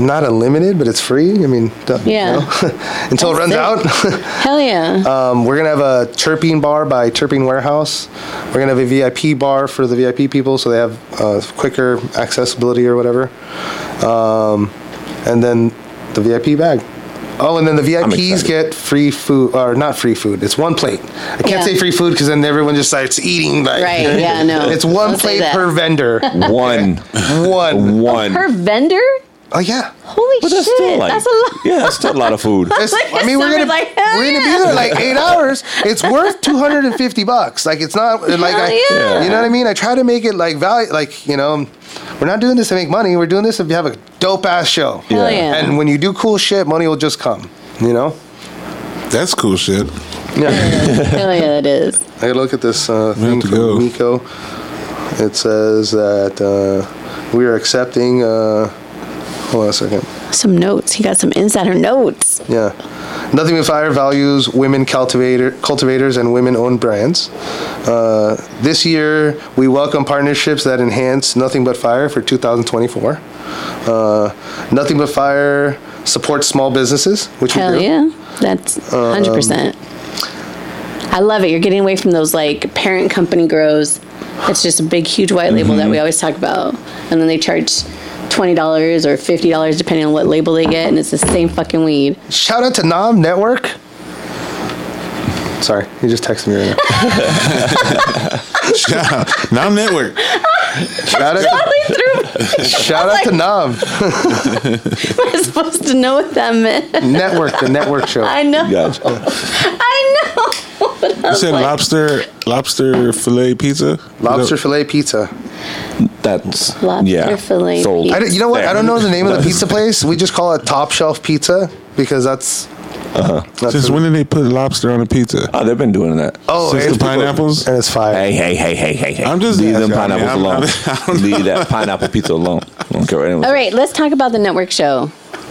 S4: not unlimited, but it's free. I mean, duh, you
S3: Yeah.
S4: know, until it runs
S3: That's
S4: out.
S3: Hell yeah.
S4: Um, we're gonna have a terpene bar by Terpene Warehouse. We're gonna have a VIP bar for the VIP people, so they have uh, quicker accessibility or whatever. Um, and then the VIP bag. Oh, and then the VIPs
S1: excited.
S4: get free food, or not free food. It's one plate. I can't
S3: Yeah.
S4: say free food because then everyone just starts eating. Like,
S3: Right, yeah, no.
S4: It's one
S3: Don't say
S4: plate
S3: that.
S4: per vendor.
S1: One.
S4: one.
S1: One.
S3: per vendor?
S4: Oh yeah.
S3: Holy
S1: Uh, But
S3: shit.
S1: that's still like,
S3: that's a lot.
S1: yeah, that's still a lot of food.
S4: It's-
S3: Like,
S4: I mean, we're gonna
S3: someone's like, "Hell
S4: we're gonna
S3: yeah."
S4: be there like eight hours. It's worth two hundred and fifty bucks. Like it's not like I,
S3: Hell yeah.
S4: you know what I mean. I try to make it like value. Like you know, we're not doing this to make money. We're doing this if you have a dope ass show.
S3: Hell yeah.
S4: And when you do cool shit, money will just come. You know.
S2: That's cool shit.
S4: Yeah.
S3: Hell yeah, it is.
S4: I gotta look at this uh,
S2: have
S4: thing
S2: to
S4: from
S2: go.
S4: Miko. It says that uh, we are accepting. Uh, hold on a second.
S3: Some notes. He got some insider notes.
S4: Yeah. Nothing But Fire values women cultivator, cultivators and women owned brands. Uh, this year, we welcome partnerships that enhance Nothing But Fire for 2024. Uh, Nothing But Fire supports small businesses, which
S3: Hell
S4: we do.
S3: yeah. That's 100%.
S2: Um,
S3: I love it. You're getting away from those like parent company grows. It's just a big, huge white label
S2: Mm-hmm.
S3: that we always talk about. And then they charge $20 or $50 depending on what label they get. And it's the same fucking weed.
S4: Shout out to Nom Network. Sorry, he just texted me right now.
S2: Now network.
S4: Shout out,
S3: Totally threw me.
S4: to, shout out to Nom
S3: I was supposed to know what that meant.
S4: Network, the network show.
S3: I know.
S1: Gotcha.
S3: I know. But I
S2: You
S3: was
S2: said
S3: like,
S2: lobster, lobster fillet pizza.
S4: Lobster fillet pizza.
S1: That's
S3: Lobster
S1: yeah.
S3: fillet
S1: Sold.
S4: I don't- you know what? I don't know the name of the pizza place. We just call it Top Shelf Pizza because that's. that's
S2: Uh-huh. Since when did they put lobster on a pizza?
S1: Oh, they've been doing that.
S4: Oh,
S2: Since
S4: and-
S2: the pineapples?
S4: And it's fire.
S1: Hey, hey, hey, hey, hey, hey.
S2: I'm just
S1: leave them
S2: asking. I mean,
S1: pineapples
S2: I'm-
S1: alone.
S2: I don't
S1: leave that pineapple pizza alone. I don't care what anyone
S3: All
S1: says.
S3: right, let's talk about the network show.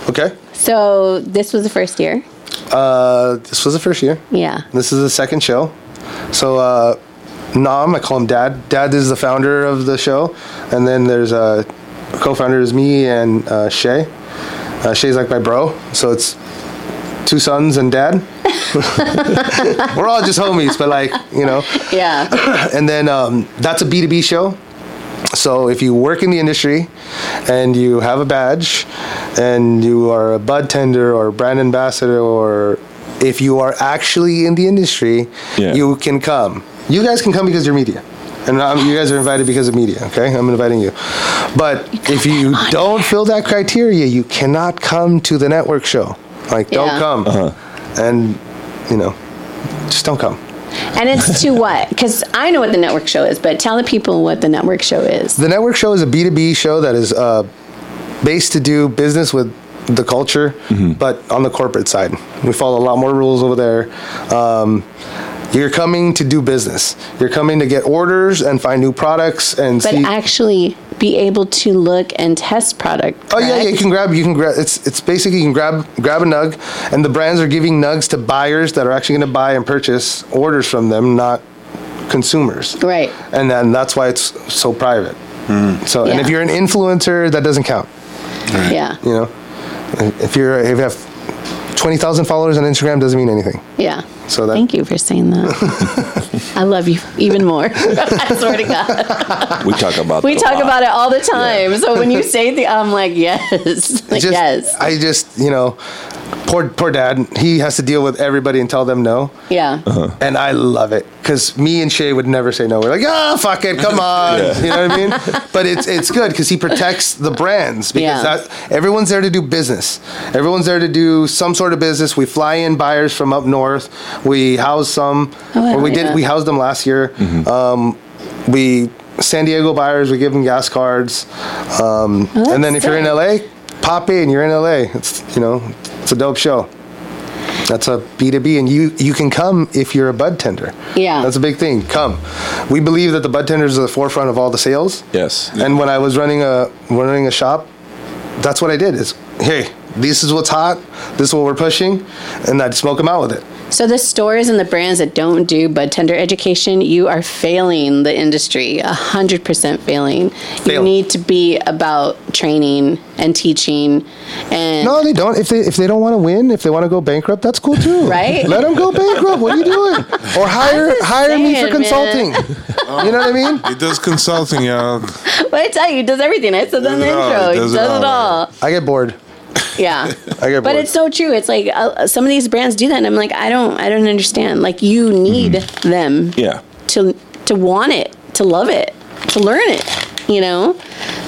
S4: Okay.
S3: So this was the first year.
S4: Uh, this was the first year.
S3: Yeah.
S4: This is the second show. So, uh, Nam, I call him Dad. Dad is the founder of the show. And then there's uh, co founder is me and uh, Shay. Uh, Shay's like my bro. So it's two sons and dad. We're all just homies, but like, you know.
S3: Yeah.
S4: and then um, that's a B2B show. So if you work in the industry and you have a badge and you are a bud tender or brand ambassador or if you are actually in the industry,
S1: Yeah.
S4: you can come. You guys can come because you're media. And um, you guys are invited because of media, okay? I'm inviting you. But if you don't fill that criteria, you cannot come to the network show. Like, don't
S3: Yeah.
S4: come. And, you know, just don't come.
S3: And it's to what? Because I know what the network show is, but tell the people what the network show is.
S4: The network show is a B2B show that is uh, based to do business with the culture, but on the corporate side. We follow a lot more rules over there. Um, you're coming to do business. You're coming to get orders and find new products and
S3: But
S4: see.
S3: actually be able to look and test product.
S4: Oh yeah, yeah. You
S3: correct?
S4: can grab. You can grab. It's it's basically you can grab grab a nug, and the brands are giving nugs to buyers that are actually going to buy and purchase orders from them, not consumers.
S3: Right.
S4: And then that's why it's so private. So and if
S3: Yeah.
S4: you're an influencer, that doesn't count.
S3: Yeah.
S4: You know, if you're if you have twenty thousand followers on Instagram, doesn't mean anything.
S3: Yeah.
S4: So that-
S3: Thank you for saying that. I love you even more. I swear to God.
S1: We talk about
S3: We
S1: the
S3: talk
S1: lot.
S3: about it all the time. So when you say the, I'm like, yes. Like,
S4: just,
S3: yes.
S4: I just you know, poor poor dad. He has to deal with everybody and tell them no.
S3: Yeah.
S4: And I love it because me and Shay would never say no. We're like, ah, fuck it, come on, you know what I mean. But it's it's good because he protects the brands because
S3: Yeah.
S4: that, everyone's there to do business. Everyone's there to do some sort of business. We fly in buyers from up north. We house some,
S3: Oh, I
S4: or we
S3: like
S4: did.
S3: that.
S4: We housed them last year. Um, we San Diego buyers. We give them gas cards, um, and then
S3: Oh, that's
S4: if you're in
S3: dope.
S4: LA, pop in. You're in LA. It's you know, it's a dope show. That's a B2B, and you, you can come if you're a bud tender.
S3: Yeah.
S4: That's a big thing. Come. We believe that the bud tenders are the forefront of all the sales.
S1: Yes.
S4: And when I was running a running a shop, that's what I did is, hey, this is what's hot, this is what we're pushing, and I'd smoke them out with it.
S3: So the stores and the brands that don't do bud tender education, you are failing the industry, a hundred percent failing. You
S4: Failing.
S3: need to be about training and teaching, and
S4: No, they don't. If they if they don't want to win, if they want to go bankrupt, that's cool too.
S3: Right?
S4: Let them go bankrupt. What are you doing? Or hire
S3: just
S4: hire me
S3: saying, man.
S4: for consulting. you know what I mean?
S2: It does consulting, y'all.
S3: but I tell you, it uh, does everything. I said that in the
S2: Does it all.
S3: intro.
S2: It
S3: It
S2: does
S3: does
S2: it
S3: it
S2: all.
S3: all.
S4: I get bored.
S3: Yeah.
S4: I
S3: But
S4: get bored.
S3: it's so true. It's like uh, some of these brands do that, and I'm like, I don't, I don't understand. Like you need them
S1: Yeah.
S3: to to want it, to love it, to learn it. You know,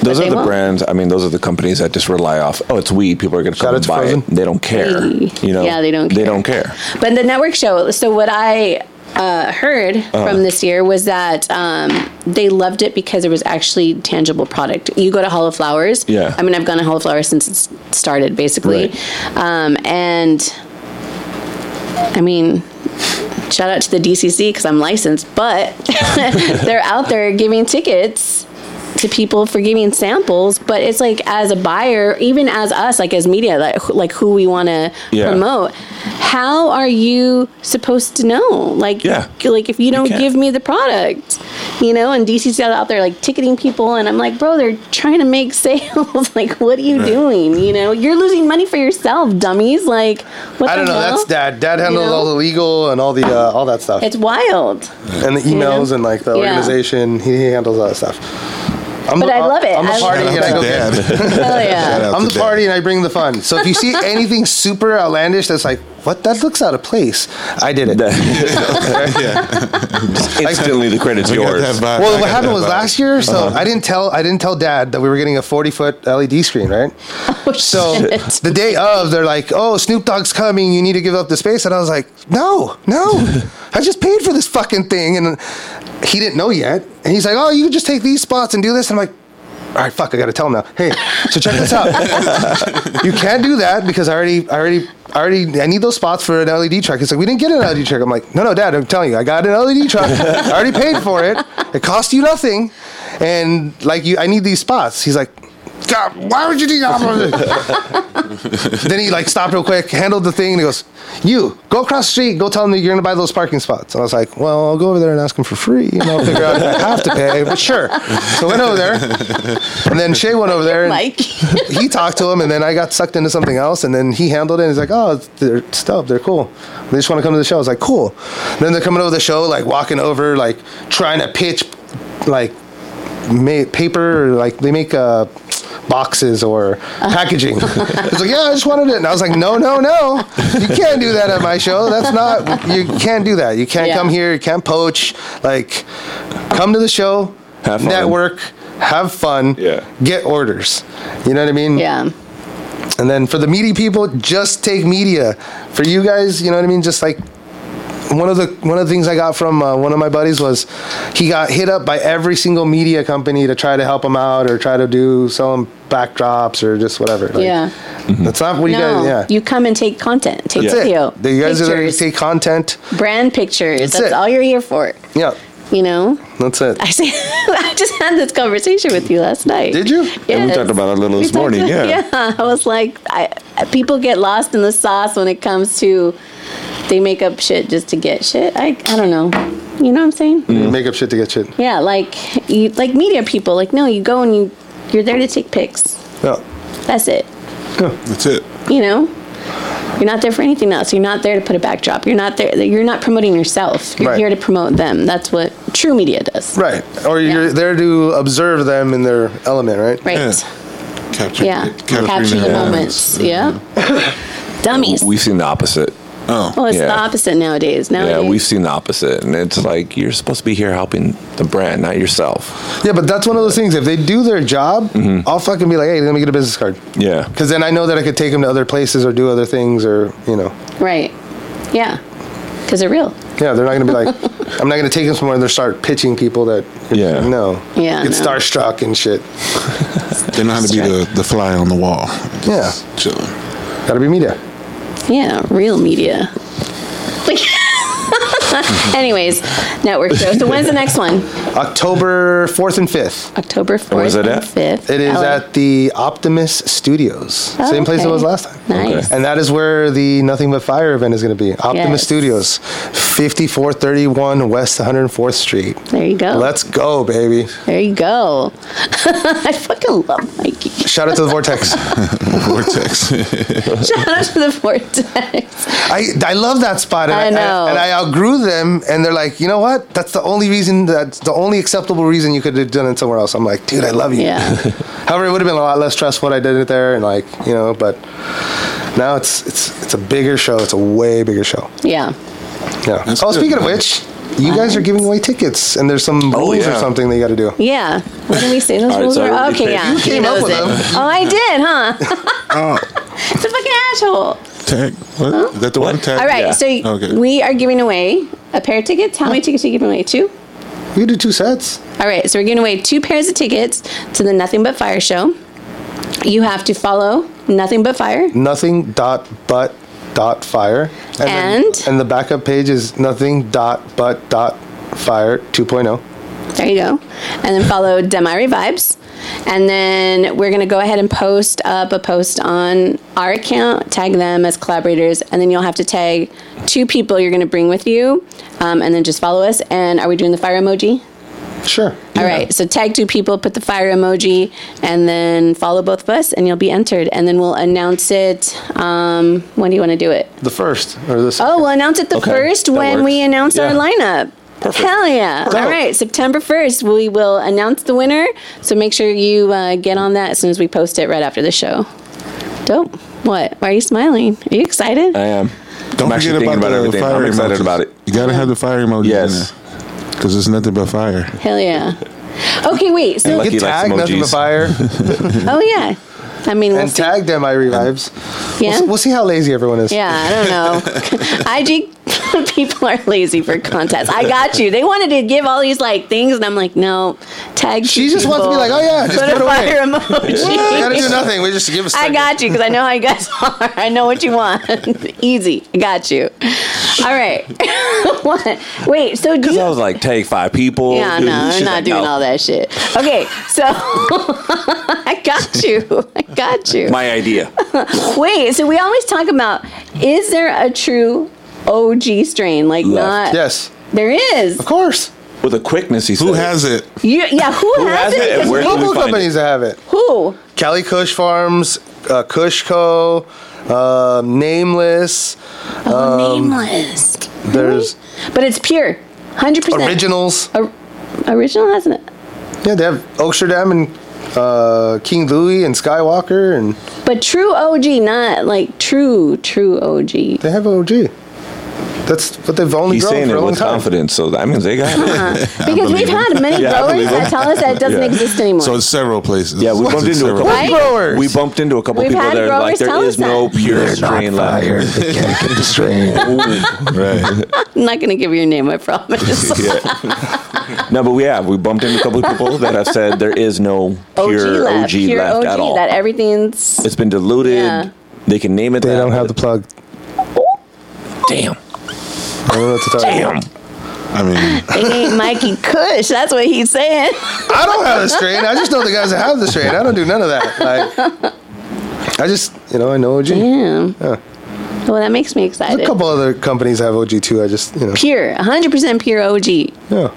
S1: Those
S3: But
S1: are
S3: they
S1: the
S3: won't.
S1: brands. I mean, those are the companies that just rely off. Oh, it's weed. People are going to
S4: Shout out
S1: come and
S4: to
S1: buy it.
S4: Frozen.
S1: They don't care.
S3: Wee.
S1: You know.
S3: Yeah, they don't
S1: They
S3: care.
S1: don't care.
S3: But the network show. So what I uh, heard
S1: Uh-huh.
S3: from this year was that um, they loved it because there was actually tangible product. You go to Hall of Flowers.
S1: Yeah.
S3: I mean, I've gone to Hall of Flowers since it started, basically. Um, and I mean. Shout out to the DCC because I'm licensed, but they're out there giving tickets to people for giving samples. But it's like as a buyer, even as us, like as media, like, like who we want to
S1: Yeah.
S3: promote. How are you supposed to know? Like,
S1: Yeah.
S3: like if you don't
S1: can't.
S3: give me the product, you know, and DC's out there like ticketing people, and I'm like, bro, they're trying to make sales. like, what are you doing? You know, you're losing money for yourself, dummies. Like, what
S4: I don't
S3: the
S4: know.
S3: hell?
S4: That's dad. Dad handles
S3: You know?
S4: all the legal and all the uh, all that stuff.
S3: It's wild.
S4: and the emails and like the
S3: Yeah.
S4: organization. He handles all that stuff. I'm
S3: But
S4: the,
S3: I love it. I
S4: I'm the
S3: love
S4: party
S3: it.
S4: and I
S2: Shout
S4: go
S2: out to
S4: get.
S2: dad.
S3: Oh
S2: Shout
S3: yeah.
S2: out
S4: I'm
S2: to
S4: the party and I bring the fun. So if you see anything super outlandish that's like, what that looks out of place, I did it.
S1: Instantly, the credit's
S2: We got that
S1: yours.
S2: vibe. I
S4: Well,
S2: got
S4: what happened
S2: that
S4: was
S2: vibe. Uh-huh.
S4: last year. So I didn't tell I didn't tell Dad that we were getting a 40 foot LED screen, right? so
S3: Oh, shit.
S4: the day of, they're like, "Oh, Snoop Dogg's coming. You need to give up the space." And I was like, "No, no, I just paid for this fucking thing." And he didn't know yet. And he's like, "Oh, you can just take these spots and do this." And I'm like. All right, fuck! I gotta tell him now. Hey, so check this out. you can't do that because I already, I already, I already. I need those spots for an E LED truck. It's like we didn't get an LED truck. I'm like, no, no, Dad, I'm telling you, I got an LED truck. I already paid for it. It cost you nothing, and like you, I need these spots. He's like, God, why would you do that? then he like stopped real quick, handled the thing, and he goes, "You go across the street, go tell them that you're gonna buy those parking spots." And I was like, "Well, I'll go over there and ask him for free, and I'll figure out if I have to pay." But sure, so I went over there, and then Shay went over there, and
S3: Mike.
S4: he talked to him, and then I got sucked into something else, and then he handled it. and He's like, "Oh, it's- they're stubbed. They're cool. They just want to come to the show." I was like, "Cool." Then they're coming over the show, like walking over, like trying to pitch, like ma- paper, or, like they make uh, boxes or packaging. it's like, "Yeah, I just wanted it," and I was like, "No, no, no! You can't do that at my show. That's not. You can't do that. You can't
S3: Yeah.
S4: come here. You can't poach. Like, come to the show,
S1: Have fun.
S4: network." Have fun.
S1: Yeah.
S4: Get orders. You know what I mean?
S3: yeah.
S4: And then for the media people, just take media. For you guys, you know what I mean? Just like one of the one of the things I got from uh, one of my buddies was he got hit up by every single media company to try to help him out or try to do sell him backdrops or just whatever. Like,
S3: Yeah.
S4: That's not what you
S3: No,
S4: guys. Yeah.
S3: you come and take content, take
S4: That's it.
S3: video,
S4: You guys are there to
S3: pictures,
S4: take content.
S3: brand pictures. That's,
S4: it.
S3: all you're here for.
S4: Yeah.
S3: You know,
S4: That's it.
S3: I say, I just had this conversation with you last night.
S4: Did you?
S1: And we talked about it a little
S3: We
S1: this
S3: talked
S1: morning,
S3: about-
S1: yeah.
S3: yeah. I was like, I, people get lost in the sauce when it comes to they make up shit just to get shit. I, I don't know. You know what I'm saying?
S4: Make up shit to get shit.
S3: Yeah, like you, like media people. Like, no, you go and you, you're there to take pics.
S4: Yeah.
S3: That's it.
S2: That's it.
S3: you know you're not there for anything else you're not there to put a backdrop you're not there you're not promoting yourself you're
S4: Right.
S3: here to promote them that's what true media does
S4: Right. Or you're
S3: Yeah.
S4: there to observe them in their element, right?
S3: right
S2: Capture,
S1: Uh-huh.
S3: yeah, capture the moments yeah dummies.
S1: We've seen the opposite.
S2: Oh,
S3: Well, it's
S1: Yeah.
S3: the opposite nowadays.
S1: Yeah,
S3: Nowadays,
S1: we've seen the opposite, and it's like you're supposed to be here helping the brand, not yourself.
S4: Yeah, but that's one of those things. If they do their job, I'll fucking be like, hey, let me get a business card.
S1: Mm-hmm. Yeah,
S4: Because then I know that I could take them to other places or do other things or, you know.
S3: right? Yeah, because they're real.
S4: Yeah, they're not going to be like, I'm not going to take them somewhere and they'll start pitching people that,
S1: Yeah.
S4: no.
S3: Yeah,
S4: Get
S3: no.
S4: starstruck and shit.
S2: they know how to be the, the fly on the wall.
S4: Yeah.
S2: Chilling.
S4: Gotta be media.
S3: Yeah, real media. Like, anyways, network show. So when's the next one?
S4: October 4th and 5th.
S3: October fourth.
S1: where's it at?
S3: Fifth.
S4: It is at the Optimus Studios.
S3: Oh,
S4: Same place it
S3: okay.
S4: was last time.
S3: Nice.
S4: And that is where the Nothing But Fire event is going to be. Optimus
S3: Yes.
S4: Studios, 5431 West 104th Street.
S3: There you go.
S4: Let's go, baby.
S3: there you go. I fucking love Mikey.
S4: Shout out to the Vortex.
S2: Vortex.
S3: Shout out to the vortex.
S4: I, I love that spot. And
S3: I know.
S4: and I outgrew them, and they're like, you know what? That's the only reason, that's the only acceptable reason you could have done it somewhere else. I'm like, dude, I love you.
S3: Yeah.
S4: However, it would have been a lot less stressful what I did it there, and like, you know, but now it's it's it's a bigger show. It's a way bigger show.
S3: Yeah.
S4: Yeah.
S2: That's
S4: oh,
S2: good,
S4: speaking of
S2: man. Oh,
S4: which, you guys are giving away tickets, and there's some rules or
S1: yeah.
S4: something that you got to do.
S3: Yeah. What did we say those
S1: All right,
S3: rules
S1: so I
S3: were?
S1: already
S3: Okay,
S1: picked.
S3: yeah.
S1: You
S3: He
S4: came up
S3: knows
S4: with
S3: it.
S4: them.
S3: Oh, I did, huh?
S2: oh,
S3: it's a fucking asshole.
S2: tag. What? Is that the one tag?
S3: All right,
S1: Yeah.
S3: so
S2: Okay.
S3: we are giving away a pair of tickets. How many tickets are you giving away? Two?
S4: You do two sets.
S3: All right, so we're giving away two pairs of tickets to the Nothing But Fire show. You have to follow Nothing But Fire.
S4: Nothing dot but dot fire. then-
S3: And?
S4: and the backup page is nothing dot but dot fire oh. 2.0.
S3: There you go. And then follow Demire Vibes. And then we're going to go ahead and post up a post on our account, tag them as collaborators, and then you'll have to tag two people you're going to bring with you. Um, and then just follow us. And are we doing the fire emoji?
S4: Sure.
S3: All right. So tag two people, put the fire emoji, and then follow both of us, and you'll be entered. And then we'll announce it. Um, when do you want to do it?
S4: The first or this.
S3: Oh, we'll announce it the
S1: Okay,
S3: first
S1: that
S3: when we
S1: works.
S3: announce our
S1: Yeah.
S3: lineup. Hell yeah. All right, September 1st, we will announce the winner. So make sure you uh, get on that as soon as we post it right after the show. Dope. What? Why are you smiling? Are you excited?
S1: I am.
S2: Don't
S1: I'm
S2: forget
S1: actually thinking
S2: about,
S1: about,
S2: the
S1: everything.
S2: fire
S1: I'm
S2: emojis.
S1: excited about it.
S2: You gotta have the fire emojis.
S1: Yes.
S2: Because it's nothing but fire.
S3: Hell yeah. Okay, wait. So,
S1: Lucky
S4: Get
S1: likes
S4: tagged, nothing but
S1: emojis.
S4: fire,
S3: oh, yeah. I mean, we'll
S4: and
S3: see.
S4: tag them. I revives. We'll,
S3: Yeah?
S4: s- we'll see how lazy everyone is.
S3: Yeah, I don't know. IG people are lazy for contests. I got you. They wanted to give all these like things, and I'm like, no. Tag. two
S4: She just wants to be
S3: people.
S4: like, oh, yeah, just
S3: put,
S4: put
S3: a
S4: it away.
S3: fire
S4: We gotta do
S3: emoji.
S4: nothing. We just give us.
S3: I got you because I know how you guys are. I know what you want. Easy. I got you. All right. what? Wait. So do
S1: Because
S3: you,
S1: I was like, take five people.
S3: yeah,
S1: Dude,
S3: no,
S1: she's
S3: we're not
S1: like,
S3: doing
S1: no.
S3: all that shit. Okay, so I got you. I got you.
S1: My idea.
S3: Wait, so we always talk about is there a true OG strain? Like not
S1: Left.
S4: Yes,
S3: There is.
S4: of course.
S1: With a quickness, he said.
S2: Who has it?
S3: You, yeah, who,
S1: Who
S3: has,
S1: has it
S3: it?
S1: and where- can we
S4: Multiple
S1: find
S4: companies that have it.
S3: Who?
S4: Cali Kush Farms, uh, Kush Co, uh, Nameless.
S1: Um,
S3: Oh, nameless.
S4: There's
S3: But it's pure. 100%.
S4: Originals.
S3: Or- original hasn't it?
S4: Yeah, they have Amsterdam and uh, King Louis and Skywalker, and
S3: But true OG, not like true, true OG.
S4: they have OG. That's what they've only
S1: He's
S4: grown
S1: saying
S4: for a
S1: it
S4: long
S1: with
S4: time.
S1: confidence, so that means they got it.
S3: Because we've had many
S1: Yeah, I
S3: growers
S1: believe
S3: that tell us that it doesn't
S1: Yeah.
S3: exist anymore.
S2: So it's several places.
S1: Yeah, we bumped
S2: It's
S1: into a
S2: several-
S1: couple.
S3: Right?
S4: Growers.
S1: We bumped into a couple
S3: We've
S1: people
S3: had
S1: that are
S3: growers
S1: like, there
S3: tell
S1: is
S3: us that.
S1: no pure strain left.
S4: They can't get the strain.
S2: Right.
S3: I'm not going to give your name, I promise.
S1: Yeah. no, but we have. We bumped into a couple people that have said there is no
S3: OG
S1: pure
S3: left.
S1: OG left,
S3: pure OG
S1: at all.
S3: that everything's.
S1: it's been diluted.
S3: Yeah.
S1: They can name it.
S4: They
S1: that,
S4: don't have the
S1: but-
S4: plug.
S1: damn.
S4: I don't know what to tell you.
S1: Damn.
S2: I mean,
S3: It ain't Mikey Kush. That's what he's saying.
S4: I don't have the strain. I just know the guys that have the strain. I don't do none of that. Like, I just, you know, I know OG.
S3: Yeah.
S4: Yeah.
S3: Well, that makes me
S4: There's
S3: excited.
S4: a couple other companies have OG too. I just, you know,
S3: Pure, 100% pure OG.
S4: yeah.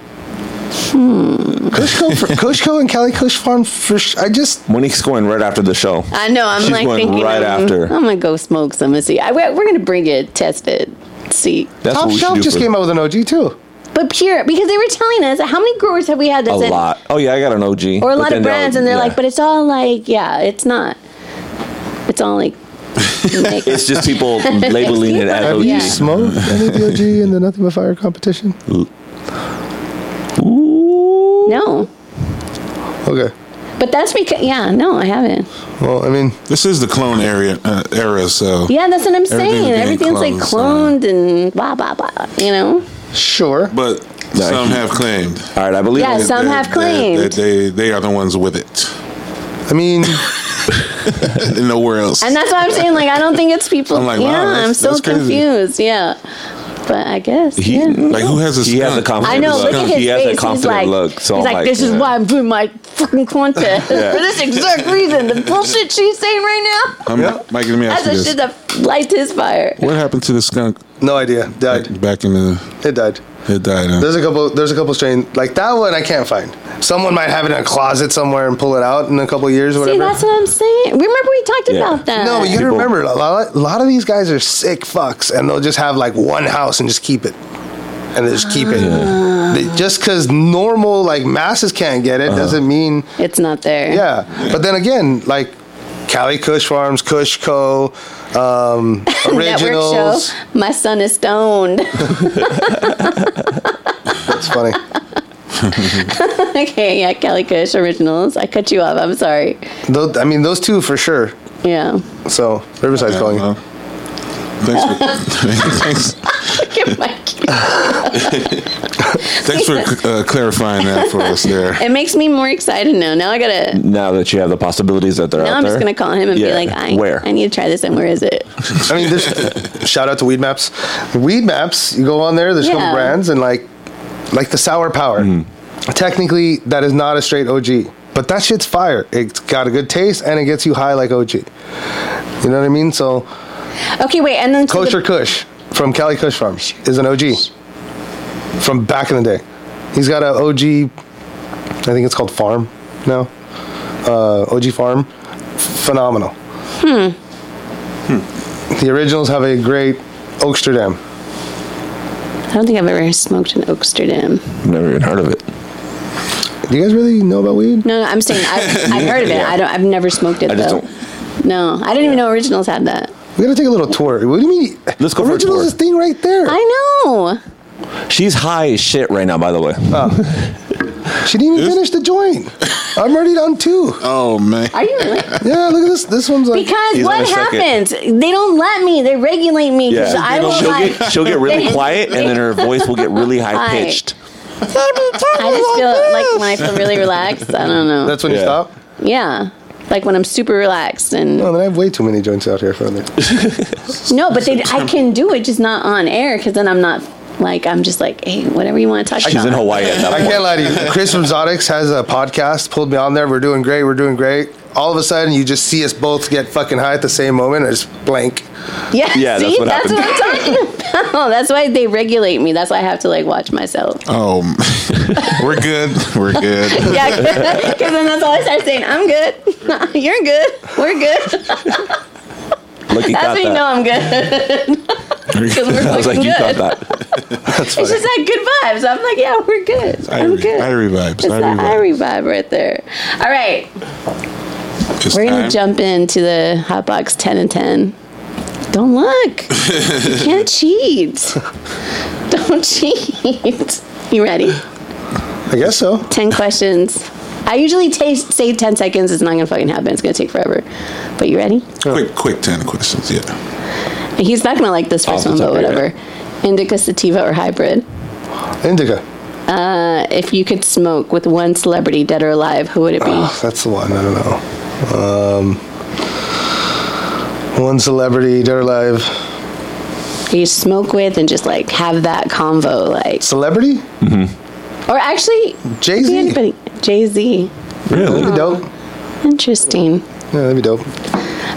S4: Kushco, for, Kushco and Cali Kush Farm. For, sh- I just
S1: Monique's going right after the show.
S3: I know. I'm
S1: She's
S3: like
S1: going
S3: thinking
S1: right
S3: I'm,
S1: after.
S3: I'm gonna go smoke some and see. I, we're we're gonna bring it, test it, see.
S4: Top
S1: That's what we should
S4: Shelf
S1: do
S4: just
S1: for-
S4: came out with an OG too.
S3: But pure, because they were telling us how many growers have we had
S1: a
S3: that said,
S1: lot. Oh yeah, I got an OG.
S3: or a
S1: But
S3: lot
S1: then
S3: of brands,
S1: they'll-
S3: and they're
S1: yeah.
S3: like, but it's all like, yeah, it's not. It's all like Like,
S1: It's just people labeling it as
S4: Have
S1: OG.
S4: you
S3: Yeah.
S4: smoked any DOG in the Nothing But Fire competition?
S3: no,
S4: Okay.
S3: but that's because yeah, no, I haven't.
S4: Well, I mean,
S2: This is the clone area uh, era, so
S3: Yeah, that's what I'm
S2: Everything's
S3: saying.
S2: getting
S3: Everything's like
S2: cloned,
S3: cloned and blah blah blah. You know.
S4: sure.
S2: but
S1: No,
S2: some
S1: he-
S2: have claimed.
S1: All right, I believe
S3: Yeah,
S1: it.
S3: Some
S2: that-
S3: have
S2: that-
S3: claimed.
S2: that they they are the ones with it,
S4: I mean,
S2: and nowhere else.
S3: And that's what I'm saying. Like, I don't think it's people.
S2: I'm like, wow,
S3: yeah,
S2: that's-
S3: I'm so
S2: that's crazy.
S3: confused. Yeah, but I guess.
S1: He-
S3: yeah.
S2: like who has this?
S1: He has a confident
S3: I know.
S1: look.
S3: Look at his
S1: he has
S3: face.
S1: a confident
S3: he's like,
S1: look. So
S3: he's
S1: I'm
S3: like, this is
S1: yeah.
S3: why I'm doing my fucking content for this exact reason. The bullshit she's saying right now.
S2: I'm, Mike, let me ask
S3: That's
S2: you
S3: the
S2: this.
S3: shit that lights his fire.
S2: What happened to the skunk
S4: no idea. Died.
S2: back in the?
S4: It died.
S2: It died. Huh?
S4: There's a couple. There's a couple strain like that one. I can't find. Someone might have it in a closet somewhere and pull it out in a couple years or
S3: See,
S4: whatever.
S3: that's what I'm saying. Remember we talked
S1: Yeah.
S3: about that.
S4: no, but you gotta
S1: People-
S4: remember a lot, a lot of these guys are sick fucks, and they'll just have like one house and just keep it, and they just keep it.
S3: Ah.
S4: They, just because normal like masses can't get it doesn't mean
S3: it's not there.
S4: yeah. But then again, like Cali Kush Farms, Kush Co, um,
S3: Network show.
S4: Originals.
S3: My son is stoned.
S4: That's funny.
S3: okay, yeah, Kelly Kush originals. I cut you off. I'm sorry.
S4: Tho- I mean, those two for sure.
S3: Yeah.
S4: So Riverside's
S2: Yeah,
S4: calling.
S2: well, Thanks for thanks,
S3: Look at Mike.
S2: thanks for uh, clarifying that for us there.
S3: It makes me more excited now. Now I gotta.
S1: Now that you have the possibilities that they're
S3: Now
S1: out
S3: I'm
S1: there.
S3: just gonna call him and
S1: Yeah.
S3: be like, I,
S1: Where?
S3: I need to try this and where is it?
S4: I mean, there's shout out to Weed Maps. Weed Maps, you go on there. There's
S3: Yeah.
S4: some brands and like, like the Sour Power.
S2: Mm-hmm.
S4: Technically, that is not a straight OG, but that shit's fire. It's got a good taste and it gets you high like OG. You know what I mean? So
S3: Okay, wait, and then to
S4: Kosher
S3: the,
S4: Kush from Cali Kush Farms is an OG from back in the day. He's got an OG, I think it's called Farm now. Uh, OG Farm, phenomenal. Hmm.
S1: Hmm.
S4: The originals have a great Oaksterdam.
S3: I don't think I've ever smoked an Oaksterdam.
S1: I've never even heard of it.
S4: Do you guys really know about weed?
S3: No, no, I'm saying I've, I've heard of it. I don't. I've never smoked it
S1: I just
S3: though. No, I didn't even know originals had that.
S4: We gotta take a little tour. What do you mean?
S1: Let's go for a
S4: originals
S1: tour.
S4: is thing right there.
S3: I know.
S1: She's high as shit right now, by the way.
S4: Oh, she didn't even finish the joint. I'm already down two.
S2: Oh man,
S3: Are you really?
S4: Yeah, look at this. This one's like
S3: Because
S1: He's on
S3: what
S1: a second.
S3: happens? They don't let me. They regulate me.
S1: Yeah.
S3: because I will
S1: she'll,
S3: like.
S1: get, she'll get really
S3: They-
S1: quiet and then her voice will get really high pitched.
S3: I just feel like when I feel really relaxed. I don't know.
S4: that's when you
S1: Yeah.
S4: stop.
S3: yeah. Like when I'm super relaxed and
S4: No, then I have way too many joints out here for me.
S3: no, but they, I can do it, just not on air, because then I'm not like I'm just like, hey, whatever you want to talk
S1: She's
S3: about.
S1: in Hawaii at that
S4: I
S1: point.
S4: can't lie to you. Chris from Zodix has a podcast, pulled me on there. We're doing great. We're doing great. All of a sudden, you just see us both get fucking high at the same moment. and It's blank.
S3: Yeah,
S1: Yeah,
S3: see,
S1: that's what
S3: that's
S1: happened.
S3: what I'm talking about. That's why they regulate me. That's why I have to like watch myself.
S2: oh, we're good, we're good.
S3: Yeah, because then that's all I start saying. I'm good. You're good. We're good.
S1: Look, he
S3: That's
S1: got
S3: when you know
S1: that.
S3: I'm good. Because we're
S1: I was
S3: fucking
S1: like, you
S3: good.
S1: got that.
S3: It's just like good vibes. I'm like, yeah, we're good.
S2: I
S3: I'm
S2: re-
S3: good.
S2: I revibes.
S3: It's
S2: I
S3: that
S2: revibes.
S3: Irie vibe right there. All right,
S2: It's
S3: we're gonna
S2: time.
S3: jump into the hot box ten and ten. Don't look. you can't cheat. Don't cheat. You ready?
S4: I guess so.
S3: 10 questions. I usually ta say 10 seconds. It's not going to fucking happen. It's going to take forever. But you ready?
S2: Quick, quick, ten questions. Yeah,
S3: And he's not going to like this first
S1: Off
S3: one,
S1: the
S3: but
S1: top of your
S3: whatever. Indica, sativa, or hybrid.
S4: Indica.
S3: Uh, if you could smoke with one celebrity, dead or alive, who would it be?
S4: Ugh, that's the one. I don't know. Um, one celebrity, dead or alive.
S3: Who you smoke with and just like have that convo, like,
S4: Celebrity?
S3: or actually, it could
S4: Jay-Z.
S3: be anybody. Jay Z.
S1: Really?
S4: That'd be dope.
S3: Interesting.
S4: Yeah, that'd be dope.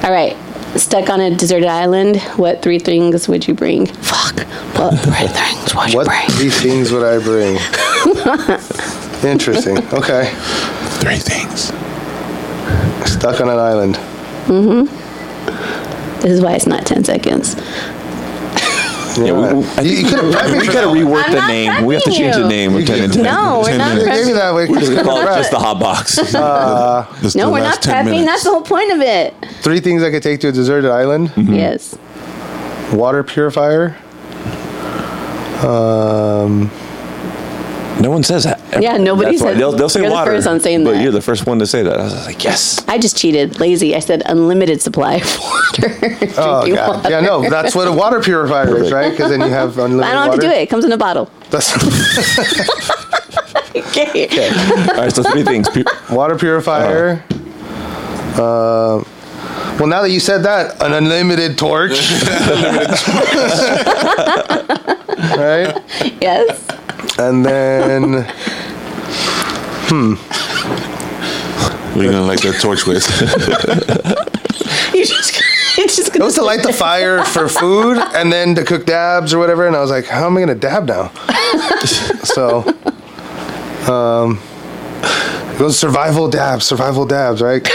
S3: All right. Stuck on a deserted island. What three things would you bring? Fuck. What three things would you
S4: What
S3: bring?
S4: three things would I bring? Interesting. Okay.
S2: three things.
S4: Stuck on an island.
S3: This is why it's not 10 seconds.
S1: Yeah, we, we, I
S4: You-
S1: think
S4: you could've prepped me
S1: we
S4: for
S1: gotta
S4: that one.
S1: rework
S3: I'm
S1: the
S3: not
S1: name. We have to
S3: prepping
S1: change the
S3: you.
S1: name of Ten in Ten.
S3: No, we're
S2: 10
S3: not
S2: minutes.
S4: Maybe
S3: prepping.
S4: that way.
S1: We're just gonna call it just the hot box.
S2: Just
S3: No,
S2: the
S3: we're not
S2: last 10
S3: prepping.
S2: minutes.
S3: That's the whole point of it.
S4: Three things I could take to a deserted island:
S3: Yes.
S4: water purifier. Um,
S1: no one says that.
S3: Yeah, nobody
S1: That's why
S3: said-
S1: They'll, they'll say
S3: you're the
S1: water.
S3: first on saying
S1: but
S3: that.
S1: you're the first one to say that. I was like, yes.
S3: I just cheated. Lazy. I said unlimited supply of water.
S4: oh
S3: Drinking
S4: god,
S3: water.
S4: yeah, no, that's what a water purifier is, right? Because then you have unlimited.
S3: I don't have to do it. It comes in a bottle.
S4: That's
S3: Okay.
S1: All right, so three things. Pu-
S4: water purifier. uh well, now that you said that, an unlimited torch. right?
S3: Yes.
S4: And then
S2: We're gonna light that torch with.
S3: You just. It's just
S4: it
S3: gonna.
S4: was to light the fire for food and then to cook dabs or whatever. And I was like, how am I going to dab now? so, um, it was survival dabs, survival dabs, right?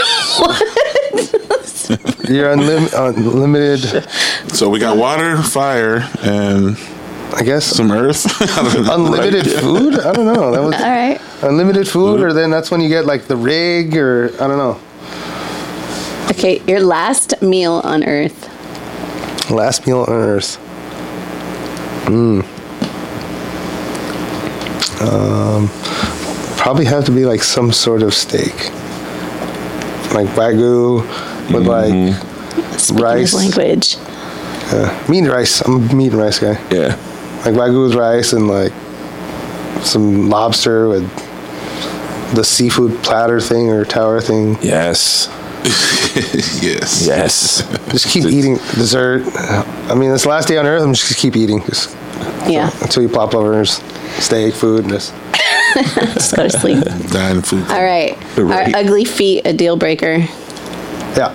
S4: You're unlim- unlimited,
S2: so we got water, fire, and
S4: I guess.
S2: some earth.
S4: Unlimited food? I don't know. That was
S3: All right.
S4: unlimited food, or then that's when you get like the rig, or I don't know.
S3: Okay. Your last meal on Earth.
S4: Last meal on Earth. Hmm. Mm. Um, probably have to be like some sort of steak, like wagyu with like
S3: Speaking
S4: Rice.
S3: This language.
S4: uh, meat and rice. I'm a meat and rice guy.
S1: yeah.
S4: Like wagyu with rice and like some lobster with the seafood platter thing or tower thing.
S1: Yes.
S2: yes.
S1: Yes.
S4: Just keep eating dessert. I mean, this last day on Earth, I'm just gonna keep eating. Just
S3: Yeah.
S4: until you plop over and steak, food, and just
S3: Just go to sleep.
S2: Dying food.
S3: All right.
S1: Right.
S3: Are ugly feet a deal breaker?
S4: yeah.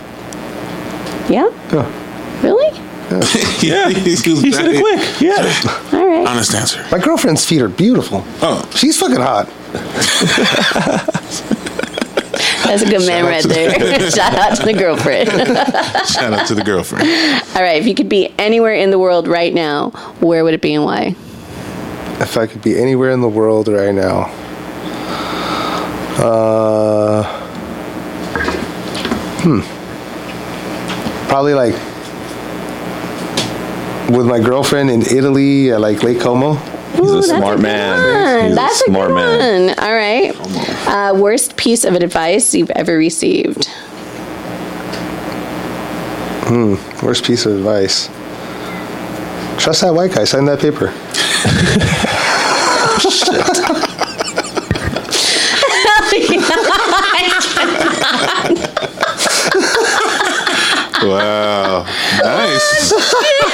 S3: Yeah. Really?
S2: yeah. he
S1: You said it quick. Yeah.
S3: All right.
S2: Honest answer.
S4: My girlfriend's feet are beautiful.
S2: Oh.
S4: She's fucking hot.
S3: That's a good man right there. Shout out to the girlfriend.
S2: Shout out to the girlfriend.
S3: All right. If you could be anywhere in the world right now, where would it be and why?
S4: If I could be anywhere in the world right now, uh, hmm, probably like with my girlfriend in Italy at like Lake Como.
S1: He's
S3: Ooh,
S1: a
S3: that's
S1: smart
S3: good
S1: man.
S3: one.
S1: He's
S3: that's
S1: a smart
S3: good
S1: man.
S3: One. All right. Uh, worst piece of advice you've ever received?
S4: Worst piece of advice. Trust that white guy. Sign that paper.
S2: Wow. Nice.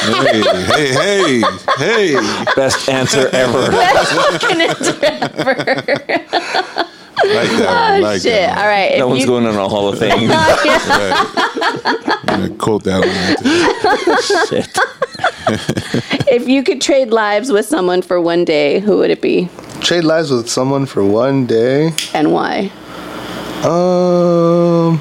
S2: hey, hey, hey, hey.
S1: Best answer ever.
S2: Like that one. Like
S3: Oh, Shit.
S2: that
S3: All right. if
S1: No one's
S3: you-
S1: going in a hall of fame.
S2: one. I'm gonna quote that one.
S1: Shit.
S3: if you could trade lives with someone for one day, who would it be
S4: Trade lives with someone for one day.
S3: and why?
S4: Um,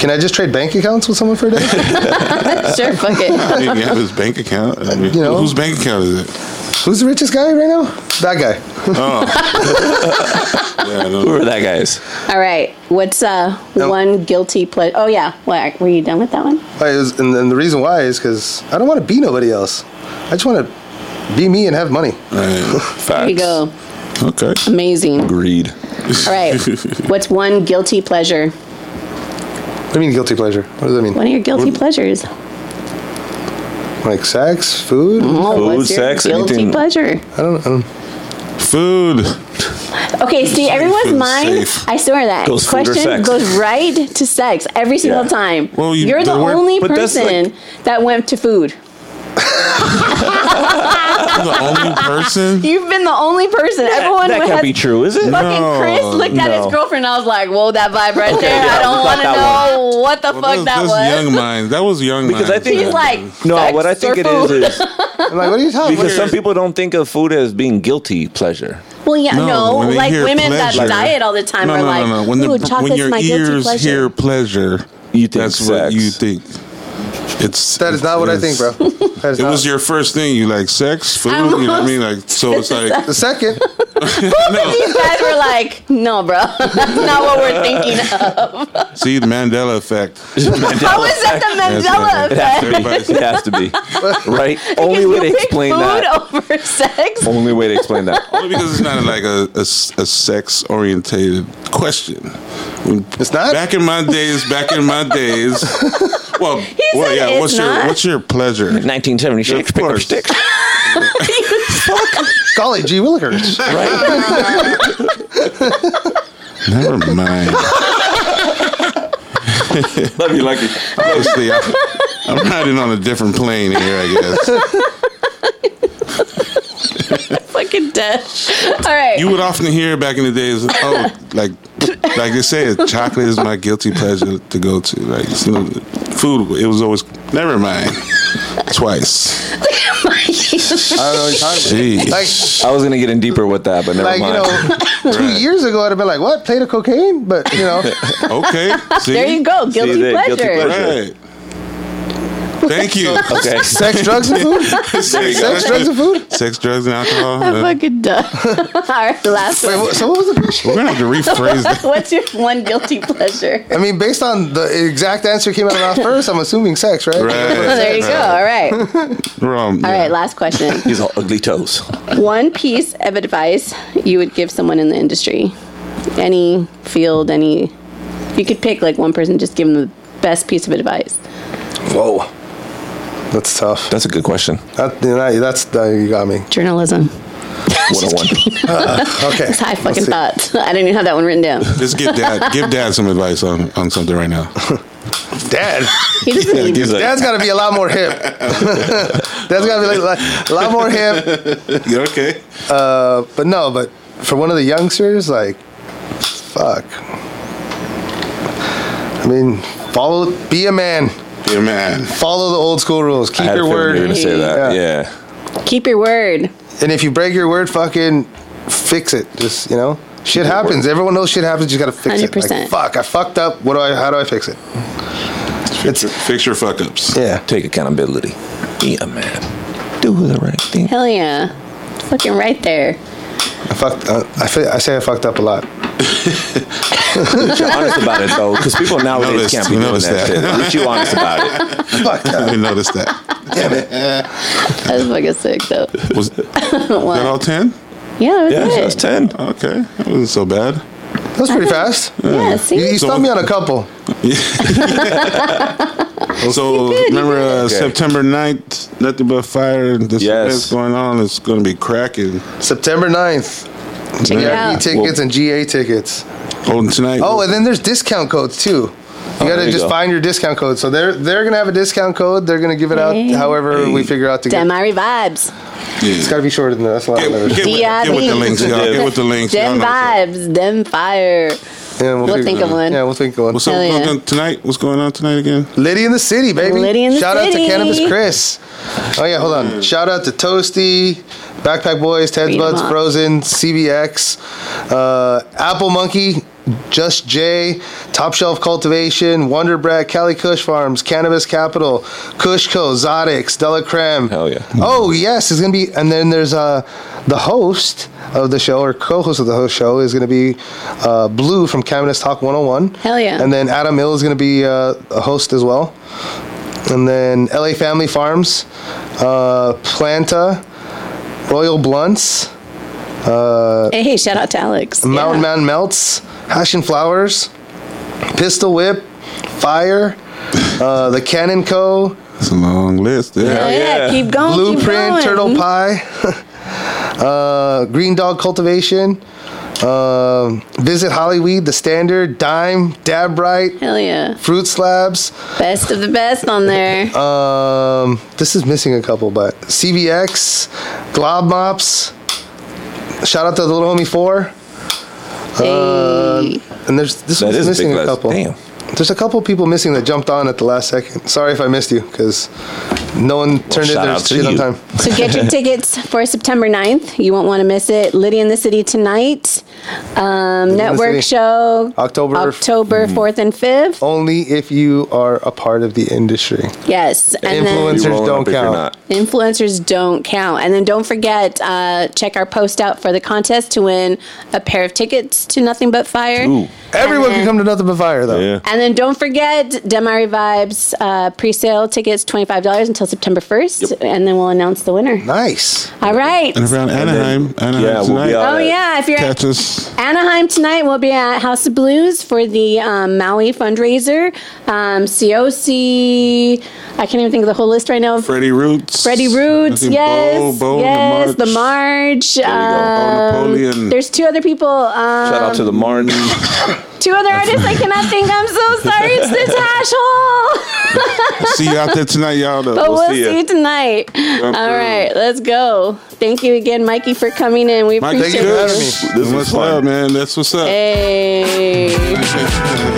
S4: can I just trade bank accounts with someone for a day?
S3: sure, fuck it.
S2: You have his bank account. I mean,
S4: You know.
S2: whose bank account is it? Oh.
S4: Who's the richest guy right now? That guy.
S2: Yeah, I
S1: Who
S2: don't
S1: are that guys?
S3: All right. What's uh
S1: Oh.
S3: one guilty pleasure? Oh yeah. What, were you done with that one?
S4: I was- and, and the reason why is because I don't want to be nobody else. I just want to be me and have money.
S2: Right.
S1: Facts.
S3: There you go.
S2: Okay.
S3: Amazing. All
S1: Greed.
S3: right. What's one guilty pleasure?
S4: What do you mean guilty pleasure? What does that mean?
S3: One of your guilty pleasures.
S4: Like sex, food?
S2: Mm-hmm.
S3: Oh, what's
S1: Food,
S3: your
S1: sex,
S3: guilty
S1: anything-
S3: pleasure?
S4: I don't know.
S2: Food.
S3: Okay, see, everyone's
S2: and
S3: mind,
S2: safe.
S3: I swear that
S1: Goes food or
S3: question
S1: sex.
S3: goes right to sex every single
S1: Yeah.
S3: time.
S2: Well, you-
S3: are the
S2: the word-
S3: only
S1: but that's
S3: person that went to food.
S2: I'm the only person.
S3: You've been the only person. Everyone
S1: that
S3: has,
S1: can't be true, is it?
S3: Fucking
S2: No,
S3: Chris looked at his
S1: no.
S3: girlfriend. I was like, "Whoa, that vibe right there! I
S1: yeah,
S3: don't
S1: we got
S3: want to
S1: that
S3: know what the
S2: Well,
S3: fuck that
S2: that's
S3: was."
S2: young mind. That was young
S1: Because
S2: mind.
S1: I think-
S3: He's like,
S1: No,
S3: "Sex
S1: what I
S3: or
S1: think it
S3: food?"
S1: is is
S4: I'm like, what are you talking
S1: because
S4: about?
S1: some people don't think of food as being guilty pleasure.
S3: Well, yeah, no,
S2: when they
S3: like
S2: hear
S3: women
S2: pleasure-
S3: that diet all the time
S2: No,
S3: are
S2: no, no,
S3: like,
S2: no. When, the-
S3: "Ooh,
S2: when
S3: chocolate's
S2: your
S3: my guilty
S2: ears
S3: pleasure."
S2: hear pleasure,
S1: You think
S2: that's what
S1: sex.
S2: you think. It's
S4: That is not what I
S2: it's-
S4: think, bro. That is
S2: It
S4: not-
S2: was your first thing. You like sex, food. You know what I mean? Like so, it's like
S4: the second.
S3: These guys were like, no, bro, that's not what we're thinking of.
S2: see the Mandela effect.
S3: How is that the Mandela
S2: That's
S3: effect?
S2: Everybody's-
S1: It has to be right. Only
S3: Because
S1: way
S3: you
S1: to
S3: pick
S1: explain
S3: food
S1: that.
S3: over sex.
S1: Only way to explain that.
S2: Only because it's not like a, a s- a sex orientated question.
S4: It's not?
S2: Back in my days, back in my days. Well, well
S3: said
S2: yeah,
S3: it's
S2: what's
S3: not.
S2: your what's your pleasure?
S1: 1976
S2: Of
S1: pick up
S2: course.
S1: sticks.
S4: Golly gee willikers.
S2: Never mind.
S1: Love you, Lucky.
S2: Honestly, I, I'm riding on a different plane here, I guess.
S3: Fucking dish. All right.
S2: You would often hear back in the days, oh, like like they say, chocolate is my guilty pleasure to go to. Like it's no- food, it was always never mind. Twice.
S4: I don't know what you're talking
S2: Jeez.
S4: about. Like,
S1: I was gonna get in deeper with that, but never
S4: like you
S1: mind.
S4: know, two
S2: Right.
S4: years ago I'd have been like, "What? Plate of cocaine?" But you know,
S2: Okay. See?
S3: there you go. Guilty
S1: there,
S3: pleasure.
S1: guilty pleasure.
S2: Right. Thank you.
S1: okay.
S4: sex, drugs, and food. Sex, drugs, and food.
S2: Sex, drugs, and alcohol.
S3: Oh,
S2: Uh,
S3: fucking duh. All right, last
S4: Wait,
S3: one.
S4: what, so what was the question?
S2: We're gonna have to rephrase that.
S3: What's your one guilty pleasure?
S4: I mean, based on the exact answer came out of my mouth first, I'm assuming sex, right?
S2: Right.
S3: Well, there you go. All right. All
S2: We're all,
S3: right, last question.
S1: These are ugly toes.
S3: One piece of advice you would give someone in the industry, any field, any. You could pick like one person, just give them the best piece of advice.
S1: Whoa,
S4: That's tough.
S1: that's a good question.
S4: That, you know, that's that you got me.
S3: Journalism.
S1: What a one.
S4: Okay.
S3: High
S4: Let's
S3: fucking
S4: see.
S3: thoughts. I didn't even have that one written down.
S2: Let's give dad give dad some advice on, on something right now.
S4: Dad.
S3: He doesn't need
S2: He's like,
S4: Dad's got to be a lot more hip. Dad's got to be like, like, a lot more hip.
S2: "You okay.
S4: Uh, but no, but for one of the youngsters, like, fuck. I mean, follow, be a man.
S2: Yeah, man.
S4: Follow the old school rules.
S1: I
S4: Keep
S1: had a
S4: your
S1: feeling You were
S4: word.
S1: gonna say that.
S4: Yeah.
S1: Yeah.
S3: Keep your word.
S4: And if you break your word, fucking fix it. Just you know, shit happens. Everyone knows shit happens. You gotta fix it.
S3: 100%.
S4: Like, fuck, I fucked up. What do I? How do I fix it?
S2: Fix, your, fix your fuck ups.
S4: Yeah.
S1: Take accountability. Be a man. Do the right thing.
S3: Hell yeah. Fucking right there.
S4: I fucked. Uh, I fe- I say I fucked up a lot.
S1: Be honest about it though, because people nowadays
S2: Noticed-
S1: can't be doing that,
S2: noticed that.
S1: shit. At least you honest about it.
S2: I noticed that.
S3: That was fucking sick though.
S2: Was that all ten?
S3: Yeah,
S1: Yeah,
S3: that's
S1: that's
S3: it.
S1: ten.
S2: Okay, that wasn't so bad.
S4: That's pretty fast.
S3: Yeah,
S4: You, you
S3: see?
S4: stumped me on a couple.
S2: So remember uh, September 9th, nothing but fire. This
S1: Yes.
S2: event's going on. It's going to be cracking.
S4: September 9th.
S3: Check it
S4: E
S3: out.
S4: tickets and GA tickets.
S2: Oh, and tonight.
S4: Oh, and then there's discount codes too. You gotta
S1: there you
S4: just
S1: go.
S4: find your discount code. So they're they're gonna have a discount code. They're gonna give it out
S3: Hey.
S4: however we figure out to get.
S3: Demari vibes.
S4: It's gotta be shorter than that. That's a lot.
S2: Get,
S4: of
S2: get, with,
S4: letters.
S2: get with the links, y'all. Get with the links. y'all
S3: Dem
S2: know what's up.
S3: vibes. Dem fire.
S4: Yeah, we'll, figure-
S3: think of one.
S4: Yeah, we'll think of one.
S2: What's up
S3: Hell
S2: going
S3: yeah.
S2: on tonight? What's going on tonight again?
S4: Liddy in the City, baby.
S3: Liddy in the
S4: Shout out
S3: City.
S4: to Cannabis Chris. Oh, yeah, hold
S1: Mm.
S4: on. Shout out to Toasty, Backpack Boys, Ted's
S3: Read 'em
S4: Buds,
S3: up.
S4: Frozen, CBX, uh, Apple Monkey, Just J, Top Shelf Cultivation, Wonder Brat, Cali Kush Farms, Cannabis Capital, Kushco, Zodix, Della Creme.
S1: Hell yeah.
S4: Oh, yes, it's going to be. And then there's uh, the host of the show, or co host of the host show, is going to be uh, Blue from Cannabis Talk 101.
S3: Hell yeah.
S4: And then Adam Hill is going to be uh, a host as well. And then LA Family Farms, uh, Planta, Royal Blunts,
S3: Hey, hey, shout out to Alex.
S4: Uh, Mountain Man Melts, Hash and Flowers, Pistol Whip, Fire, uh, The Cannon Co.,
S2: It's a long list.
S3: Oh, Yeah,
S2: Yeah.
S3: yeah.
S1: Yeah.
S3: keep going.
S4: Blueprint,
S3: keep going.
S4: Turtle Pie, uh, Green Dog Cultivation, um Visit Hollyweed, The Standard, Dime, Dab Right,
S3: Hell yeah.
S4: Fruit Slabs,
S3: Best of the best on there.
S4: Uh, Um, this is missing a couple, but CBX, Glob Mops. Shout out to the little homie four.
S3: hey.
S4: And there's this
S1: That
S4: one's
S1: is a
S4: missing
S1: big
S4: a,
S1: list.
S4: couple.
S1: Damn.
S4: There's a couple people missing that jumped on at the last second. Sorry if I missed you because no one turned
S1: shout
S4: in their
S1: out to
S4: shit on
S1: you.
S4: time.
S3: So get your tickets for September 9th. You won't want to miss it. Liddy in the City tonight. Um,
S4: the
S3: network
S4: City.
S3: show
S4: October- Hmm.
S3: October 4th and 5th.
S4: Only if you are a part of the industry.
S3: Yes. And
S4: Influence-
S3: then
S1: You rolling
S4: don't
S1: up if you're
S4: count.
S1: not.
S3: influencers don't count. And then don't forget, uh, check our post out for the contest to win a pair of tickets to Nothing But Fire.
S1: Ooh.
S4: Everyone can come to Nothing But Fire, though.
S1: Yeah.
S3: And then don't forget Demari Vibes uh, pre-sale tickets, $25 until September 1st. And then we'll announce the winner.
S4: Nice.
S3: All right.
S2: And around Anaheim, Anaheim
S1: yeah, we'll be
S2: tonight.
S1: out.
S3: Oh, yeah. If you're
S2: Catch us.
S3: Anaheim tonight. We'll be at House of Blues for the um, Maui fundraiser. Um, COC. I can't even think of the whole list right now.
S2: Freddie Roots.
S3: Freddie Roots.
S2: I think
S3: Yes.
S2: Bo, Bo,
S3: yes. The March.
S2: go. Bo
S3: um,
S2: Napoleon.
S3: There's two other people. Um,
S1: Shout out to the Martin.
S3: two other artists I cannot think. I'm so sorry. It's the Tash Hall.
S2: see you out there tonight, y'all. Though.
S3: but
S2: We'll
S3: we'll,
S1: see
S3: see,
S1: ya.
S3: you tonight. All
S2: through.
S3: right. Let's go. Thank you again, Mikey, for coming in. We
S2: Mike,
S3: appreciate
S2: thank you for
S3: it.
S2: having me.
S1: This was
S2: what's
S1: fun.
S2: up, man? That's what's up.
S3: Hey.